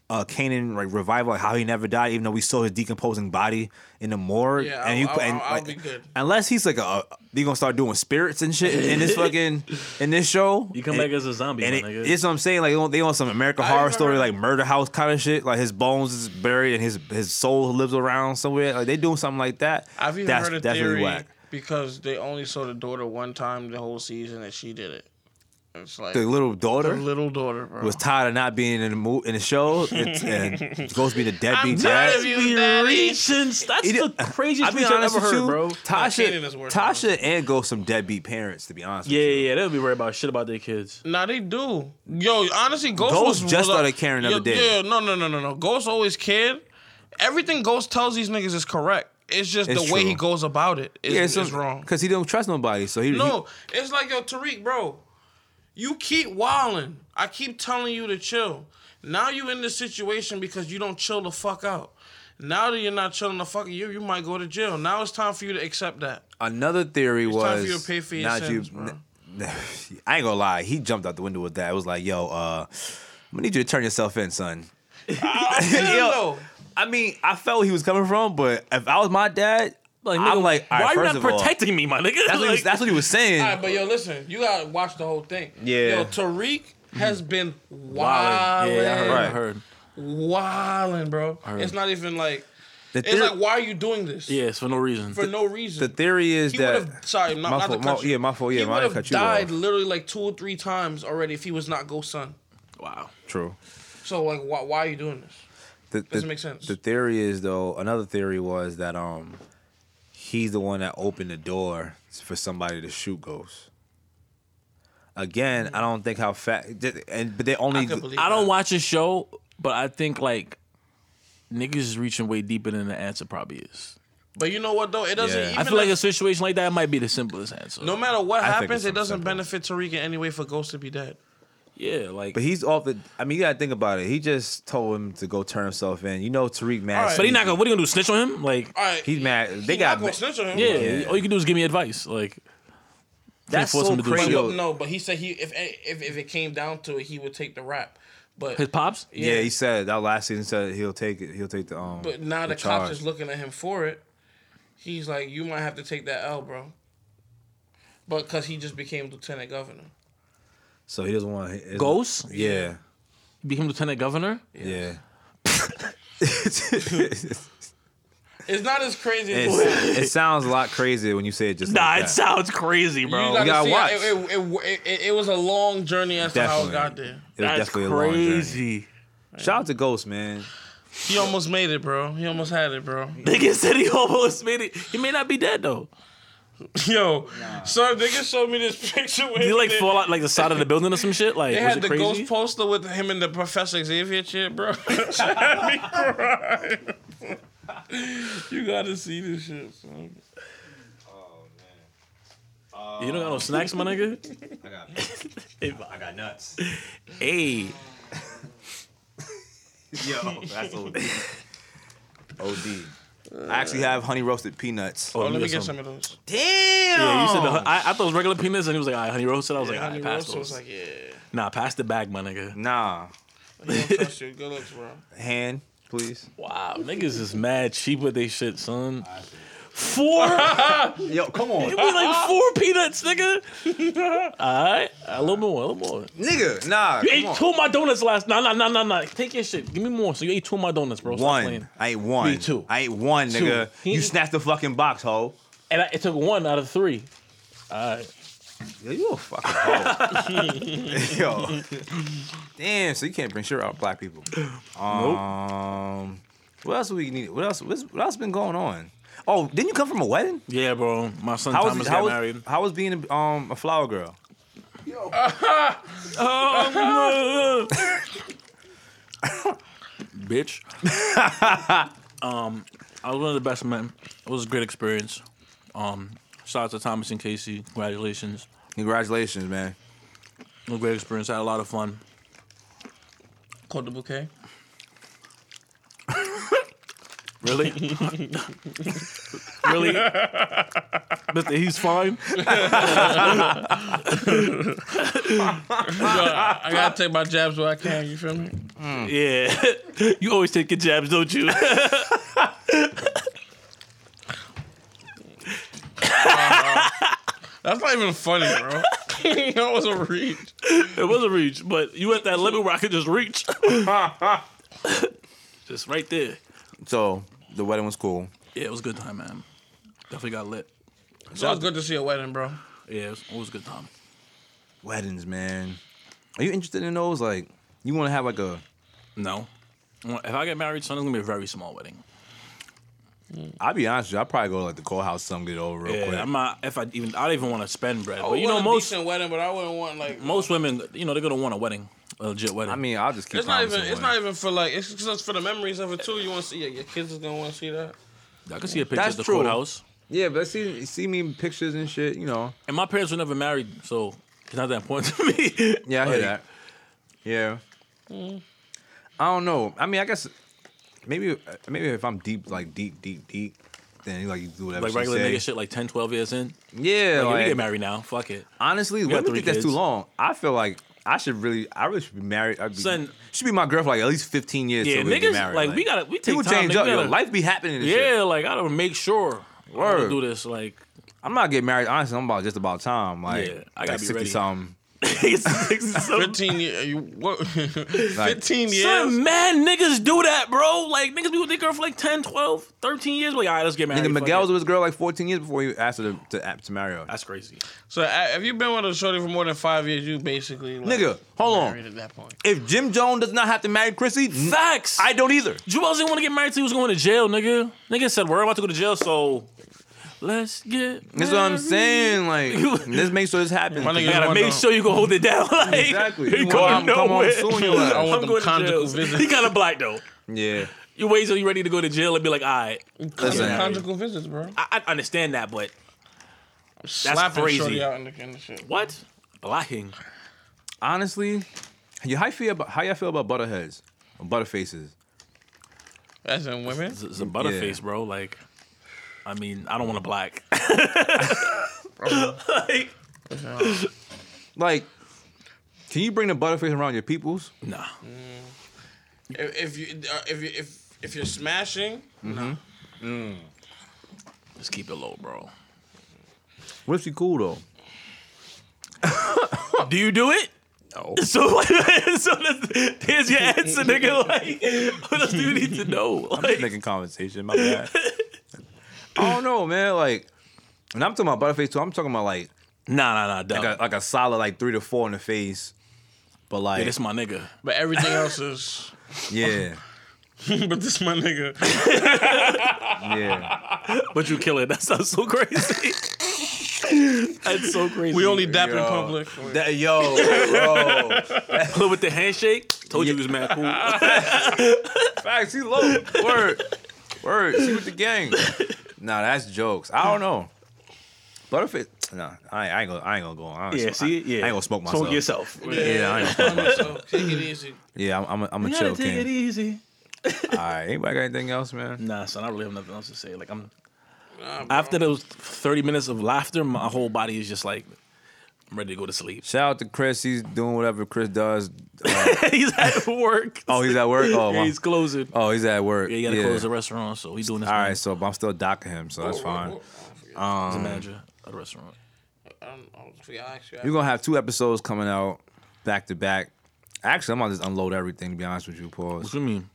S2: uh Kanan like revival like how he never died, even though we saw his decomposing body in the morgue,
S5: Yeah,
S2: and
S5: I'll-
S2: you put-
S5: I'll-
S2: and,
S5: I'll
S2: like,
S5: be good.
S2: unless he's like a, they gonna start doing spirits and shit in, in this fucking in this show.
S4: You come
S2: and-
S4: back as a zombie,
S2: and
S4: my
S2: it,
S4: nigga.
S2: it's what I'm saying. Like they on- they on some American Horror
S5: remember-
S2: Story, like murder house kind of shit. Like his bones is buried and his his soul lives around somewhere. Like they doing something like that.
S5: I've even
S2: that's
S5: heard a
S2: definitely
S5: theory
S2: whack.
S5: because they only saw the daughter one time the whole season and she did it. It's like
S2: The
S5: the
S2: little daughter
S5: little daughter, bro.
S2: was tired of not being in the mo- in the show. It's, and it's supposed to be the deadbeat
S5: tired of
S2: dad.
S5: you,
S4: Be
S5: daddy.
S4: reaching. That's the craziest
S2: I'll be
S4: reach I've
S2: honest
S4: ever
S2: with
S4: heard,
S2: you,
S4: bro.
S5: Kanan is
S2: Tasha,
S5: worse
S2: Tasha, and Ghost some deadbeat parents. To be honest,
S4: Yeah,
S2: with you.
S4: yeah, yeah. They'll be worried about shit about their kids.
S5: Nah, they do. Yo, honestly, Ghost,
S2: Ghost
S5: was,
S2: just
S5: was a-
S2: started caring the
S5: yo,
S2: other day.
S5: Yeah, no, no, no, no, no. Ghost always cared. Everything Ghost tells these niggas is correct. It's just
S2: It's
S5: the way
S2: true.
S5: he goes about it is,
S2: yeah,
S5: is wrong.
S2: because he don't trust nobody. So he
S5: No, it's like yo, Tariq, bro. You keep wilding. I keep telling you to chill. Now you in this situation because you don't chill the fuck out. Now that you're not chilling the fuck, you you might go to jail. Now it's time for you to accept that.
S2: Another theory was
S5: time for you to pay for your
S2: not
S5: sins, bro.
S2: n- n- I ain't gonna lie, he jumped out the window with that. It was like, yo, uh, I'm gonna need you to turn yourself in, son. Yo,
S5: though.
S2: I mean, I felt where he was coming from, but if I was my dad,
S4: Like,
S2: I'm
S4: nigga,
S2: like, all right,
S4: why are you
S2: first
S4: not
S2: of all,
S4: protecting me, my nigga?
S2: that's, what he was,
S4: Like,
S2: that's what he was saying.
S5: All right, but yo, listen, you gotta watch the whole thing.
S2: Yeah.
S5: Yo, Tariq has been
S4: wildin'.
S5: wilding,
S4: Yeah, I heard. I
S2: Right.
S4: heard.
S5: wilding, bro. It's not even like
S2: the,
S5: it's
S2: theor-
S5: like why are you doing this?
S4: Yeah, it's for no reason.
S5: For no reason.
S2: the theory is
S5: He would
S2: that
S5: have sorry, not,
S2: my
S5: not
S2: fault,
S5: the
S2: my-
S5: country.
S2: yeah, my fault, yeah,
S5: he
S2: mine
S5: would have
S2: cut you
S5: died
S2: off.
S5: literally like two or three times already if he was not Ghost Son.
S4: wow.
S2: true.
S5: So like, why, why are you doing this?
S2: The, the-
S5: make sense.
S2: The theory is though another theory was that um he's the one that opened the door for somebody to shoot Ghost. Again, I don't think how fat and but they only
S5: could Mm-hmm. believe-
S4: I don't watch his show, but I think like niggas is reaching way deeper than the answer probably is.
S5: But you know what though, it doesn't.
S2: Yeah. I
S5: Even
S4: I feel like
S5: if-
S4: a situation like that might be the simplest answer.
S5: no matter what
S2: I think it's
S5: happens, it doesn't
S2: simple.
S5: benefit Tariq in any way for Ghost to be dead.
S4: yeah, like
S2: But he's off the. I mean, you gotta think about it. He just told him to go turn himself in. You know, Tariq mad.
S5: All right.
S4: But he not gonna. What are you gonna do? Snitch on him? Like,
S5: All right,
S2: He's mad. They
S5: he
S2: got
S5: not gonna
S2: ma-
S5: snitch on him.
S4: yeah,
S5: but-
S2: Yeah.
S4: All you can do is give me advice. Like,
S2: That's
S4: force
S2: so
S4: him to do
S2: crazy.
S4: shit.
S2: Yo.
S5: no, but he said he if, if if it came down to it, he would take the rap. But
S4: His pops?
S2: Yeah, he said that last season said he'll take it. He'll take the um.
S5: But now the,
S2: charge.
S5: cops is looking at him for it. He's like, you might have to take that L, bro. But because he just became lieutenant governor.
S2: so he doesn't want to
S4: Ghost?
S2: Yeah,
S4: He became lieutenant governor?
S2: yeah.
S5: It's not as crazy as
S2: It's- it sounds a lot crazier when you say it just.
S4: Nah,
S2: like
S4: it
S2: that.
S4: sounds crazy,
S5: You
S4: bro.
S5: gotta
S2: gotta
S5: see,
S2: watch.
S5: It, it, it, it, it was a long journey as
S2: Definitely.
S5: to how it got there.
S2: It was
S4: That's
S2: definitely a long journey.
S4: crazy.
S2: Shout out to Ghost, man.
S5: He almost made it, bro. He almost had it, bro.
S4: Nigga said he almost made it. He may not be dead though.
S5: Yo, so they just showed me this picture where
S4: Did he like
S5: they-
S4: fall out like the side of the building or some shit? Like
S5: They
S4: was
S5: had
S4: it
S5: the
S4: crazy?
S5: ghost poster with him and the Professor Xavier shit, bro. It had me crying. you gotta see this shit, son.
S4: you don't got no snacks, my nigga.
S2: I got, I got nuts.
S4: Hey,
S2: Yo, that's OD. OD. I actually have honey roasted peanuts.
S5: Oh,
S4: let
S5: let
S4: me
S5: me
S4: get
S5: get some of those.
S2: Damn.
S4: yeah, you said the, hun- I, I thought it was regular peanuts, and he was like, "All right, Oh. honey roasted." I was like, "All
S5: Honey
S4: right, pass
S5: Roast
S4: those."
S5: was like, yeah.
S4: nah, pass the bag, my nigga.
S2: nah,
S5: He don't trust you. Good looks, bro.
S2: hand, please.
S4: Wow, niggas is mad cheap with they shit, son. Four, it
S2: Yo, come on,
S4: be like four peanuts, nigga. All right, a little more, a little more.
S2: nigga. Nah,
S4: You
S2: come
S4: ate
S2: on.
S4: two of my donuts last. Nah, nah, nah, nah, nah. Take your shit. Give me more. So you ate two of my donuts, bro. Stop
S2: One.
S4: playing.
S2: I ain't one.
S4: Me too.
S2: I ain't one, nigga.
S4: He-
S2: You snatched the fucking box, hoe.
S4: and I, it took one out of three. All right.
S2: Yo, you a fucking hoe. Yo. Damn, so you can't bring shit out black people. Um what else we need? What else what's- what else been going on? Oh, didn't you come from a wedding?
S4: Yeah, bro. My son
S2: How
S4: Thomas
S2: was,
S4: got
S2: how, was,
S4: married.
S2: how was being a, um, a flower girl?
S3: Yo,
S4: Bitch. um, I was one of the best men. It was a great experience. Um, shout out to Thomas and Casey. Congratulations.
S2: Congratulations, man.
S4: It was a great experience. I had a lot of fun.
S5: Called the bouquet.
S4: Really? really? Mister, he's fine.
S5: I gotta take my jabs where I can. You feel me?
S4: Yeah. you always take your jabs, don't you?
S5: That's not even funny, bro. that was a reach.
S4: It was a reach, but you at that limit where I could just reach. just right there.
S2: So the wedding was cool.
S4: Yeah, it was a good time, man. Definitely got lit.
S5: So it's good to see a wedding, bro.
S4: Yeah, it was, it was a good time.
S2: Weddings, man. Are you interested in those? Like, you want to have like a
S4: No. Well, If I get married, son, it's gonna be a very small wedding.
S2: I'll be honest with you, I'll probably go to like the courthouse some get it over real
S4: Yeah,
S2: quick.
S4: I'm not. If I even, I don't even want to spend bread.
S5: Oh,
S4: but you know,
S5: a
S4: most
S5: decent wedding, but I wouldn't want like.
S4: most women, you know, they're gonna want a wedding, a legit wedding.
S2: I mean, I'll just keep
S5: It's not even.
S2: promising
S5: It's
S2: one.
S5: not even for like. It's just for the memories of it too. You want to see it. Your kids is gonna want to see that.
S4: I could see a picture
S2: That's
S4: of the
S2: true.
S4: courthouse.
S2: Yeah, but see, see me in pictures and shit. You know.
S4: And my parents were never married, so it's not that important to me.
S2: Yeah, I hear
S4: Like,
S2: that. Yeah. Mm. I don't know. I mean, I guess maybe maybe if I'm deep, like deep, deep, deep, then you like you do whatever.
S4: Like
S2: she
S4: regular
S2: say.
S4: nigga shit, like 10, 12 years in.
S2: Yeah,
S4: Like,
S2: like,
S4: we get married now. Fuck it.
S2: honestly,
S4: got
S2: women
S4: three
S2: think that's too
S4: kids.
S2: long. I feel like I should really, I really should be married. I'd be,
S4: Son.
S2: should be my girl for like at least fifteen years.
S4: Yeah,
S2: till we get
S4: niggas,
S2: married.
S4: like, we gotta- we take
S2: people
S4: time,
S2: change
S4: nigga,
S2: up.
S4: we
S2: yo.
S4: gotta-
S2: life be happening. And
S4: Yeah,
S2: shit.
S4: like I gotta make sure. I wanna
S2: Word.
S4: do this. Like,
S2: I'm not getting married. Honestly, I'm about just about time. Like,
S4: Yeah, I gotta
S2: like
S4: be
S2: sixty
S4: ready.
S2: something.
S4: it's, it's so
S5: Fifteen years. You, what? Fifteen years.
S4: Son, man, niggas do that, bro. Like, niggas be with their girl for like 10, 12, 13 years. Like, all right, let's get married.
S2: Nigga,
S4: Fuck
S2: Miguel
S4: it.
S2: was with his girl like 14 years before he asked her to, to, app- to marry her.
S4: That's crazy.
S5: So uh, if you've been with a shorty for more than five years, you basically like,
S2: Nigga, hold on.
S5: married at that point.
S2: If Jim Jones does not have to marry Chrissy, n-
S4: Facts.
S2: I don't either.
S4: Jewels didn't want to get married till he was going to jail, nigga. Nigga said, we're about to go to jail, so let's get
S2: That's what I'm
S4: married."
S2: saying. Like, let's make sure this happens.
S5: My nigga,
S4: You gotta
S5: want
S4: make
S5: the-
S4: sure you can hold it down. Like,
S2: Exactly.
S4: You
S2: You
S4: going
S2: want him to come
S4: nowhere.
S2: on soon, you like,
S5: I want
S4: I'm
S5: them
S4: going to
S5: conjugal
S4: jail.
S5: visits.
S4: He kind of black, though.
S2: Yeah.
S4: You wait till you ready to go to jail and be like, all right,
S2: Listen,
S5: Conjugal visits, bro.
S4: I, I understand that, but
S5: Slapping
S4: crazy.
S5: shorty out in the, in the shit.
S4: what? Blacking.
S2: honestly, you, how, you feel about, how y'all feel about butterheads? Or butterfaces?
S5: As in women.
S4: It's a butterface, bro. Like, I mean, I don't want to black. like,
S2: Like, can you bring the butterface around your peoples?
S4: Nah.
S5: If, if you uh, if you if if you're smashing, no.
S4: Let's keep it low, bro.
S2: What if she cool though?
S4: Do you do it?
S2: No.
S4: So, so that's, there's your answer, nigga. Like, what else do you need to know? Like,
S2: making conversation. My bad. I don't know, man. Like, and I'm talking about butterface too. I'm talking about like
S4: nah, nah, nah, dog.
S2: like a, like a solid like three to four in the face. But
S4: Yeah,
S2: like,
S4: this my nigga.
S5: but everything else is.
S2: yeah,
S5: but this my nigga.
S2: yeah.
S4: But you kill it. That sounds so crazy. That's so crazy.
S5: We only dap in
S2: Yo.
S5: public.
S2: That, yo, bro.
S4: Look with the handshake. Told you it was mad cool.
S2: Facts, he low. Word. Word. She with the gang. Nah, that's jokes. I don't know. Butterface. Nah, I, I ain't gonna. I ain't gonna go. I ain't
S4: Yeah,
S2: gonna-
S4: see,
S2: I-
S4: yeah.
S2: I ain't gonna smoke myself.
S4: Smoke yourself.
S2: Yeah, I ain't gonna smoke myself.
S5: So take it easy.
S2: Yeah, I'm. I'm a, I'm a
S4: You
S2: chill
S4: gotta take it
S2: king.
S4: easy.
S2: All right. Anybody got anything else, man?
S4: Nah, son, I really have nothing else to say. Like, I'm
S5: Nah, bro.
S4: after those 30 minutes of laughter, my whole body is just like, I'm ready to go to sleep.
S2: Shout out to Chris. He's doing whatever Chris does. Uh,
S4: he's at work.
S2: Oh, he's at work. Oh,
S4: yeah,
S2: my-
S4: he's closing.
S2: oh, he's at work.
S4: Yeah, he gotta close the restaurant, so he's doing this.
S2: All
S4: thing.
S2: right, so but I'm still docking him, so that's fine.
S4: He's a manager at the restaurant.
S5: Oh, I don't know. I forgot- I actually-
S2: We're gonna have two episodes coming out back to back. Actually, I'm gonna just unload everything. To be honest with you, pause.
S4: What you mean?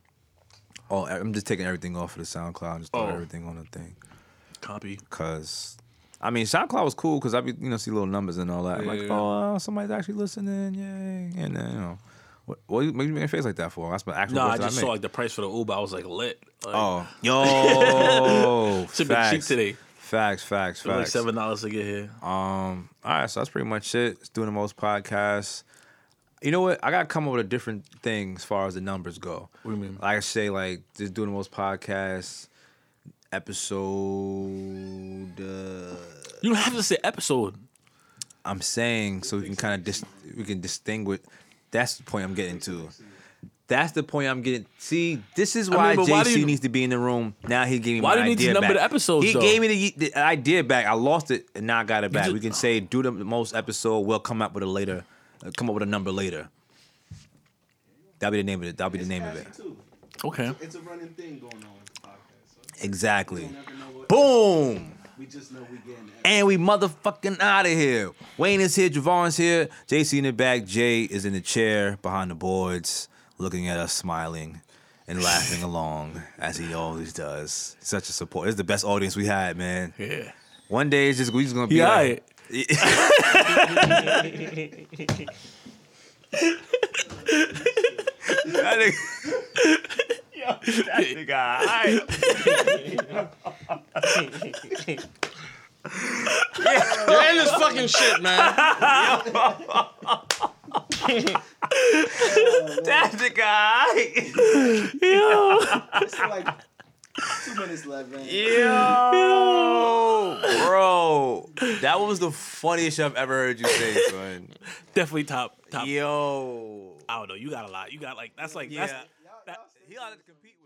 S2: Oh, I'm just taking everything off of the SoundCloud and just throwing
S4: Oh.
S2: everything on the thing.
S4: Copy.
S2: Cause, I mean, SoundCloud was cool because I be you know see little numbers and all that. I'm like,
S4: Yeah.
S2: oh, uh, somebody's actually listening, yay! And then you know, what, what you, what you making a face like that for? That's my actual.
S4: No,
S2: voice
S4: I
S2: that
S4: just
S2: make.
S4: saw like the price for the Uber. I was like lit. Like,
S2: Oh, yo,
S4: Shit been cheap
S2: facts.
S4: today.
S2: Facts, facts, facts.
S4: it was like seven dollars to get here.
S2: Um, all right, so that's pretty much it. It's doing the most podcasts. You know what? I gotta come up with a different thing as far as the numbers go.
S4: What do you mean?
S2: Like I say, like just doing the most podcasts episode. Uh,
S4: You don't have to say episode.
S2: I'm saying so we can kind of dis- we can distinguish. That's the point I'm getting to. That's the point I'm getting. See, this is why
S4: mean, but why do
S2: JC
S4: you-
S2: needs to be in the room. Now he gave me
S4: Why
S2: my
S4: do you need to
S2: idea
S4: number
S2: back.
S4: the episodes,
S2: He
S4: though?
S2: gave me the, the idea back. I lost it and now I got it back.
S4: just-
S2: we can say do the most episode. We'll come up with a later. uh, come up with a number later. That'll be the name of it. That'll be the name of it.
S3: Too.
S4: Okay.
S3: It's a running thing going on with the podcast. So we
S2: Exactly.
S3: don't ever know what.
S2: Boom.
S3: We just know we getting it.
S2: And we motherfucking out of here. Wayne is here, Javon's here, JC in the back, Jay is in the chair behind the boards, looking at us smiling and laughing along as he always does. Such a support. It's the best audience we had, man.
S4: Yeah.
S2: One day it's just we just gonna be
S4: Yeah.
S2: like,
S4: alright.
S2: that nigga. Yo, that nigga, alright.
S5: You're in this fucking shit, man.
S2: that nigga, alright.
S3: It's like two minutes left, man.
S2: Yo, bro, that was the funniest shit I've ever heard you say, son.
S4: Definitely top. Top.
S2: Yo,
S4: I don't know. You got a lot. You got like that's like
S2: yeah,
S4: that's
S3: Y'all- y'all
S4: that-
S3: say-
S2: he ought to compete.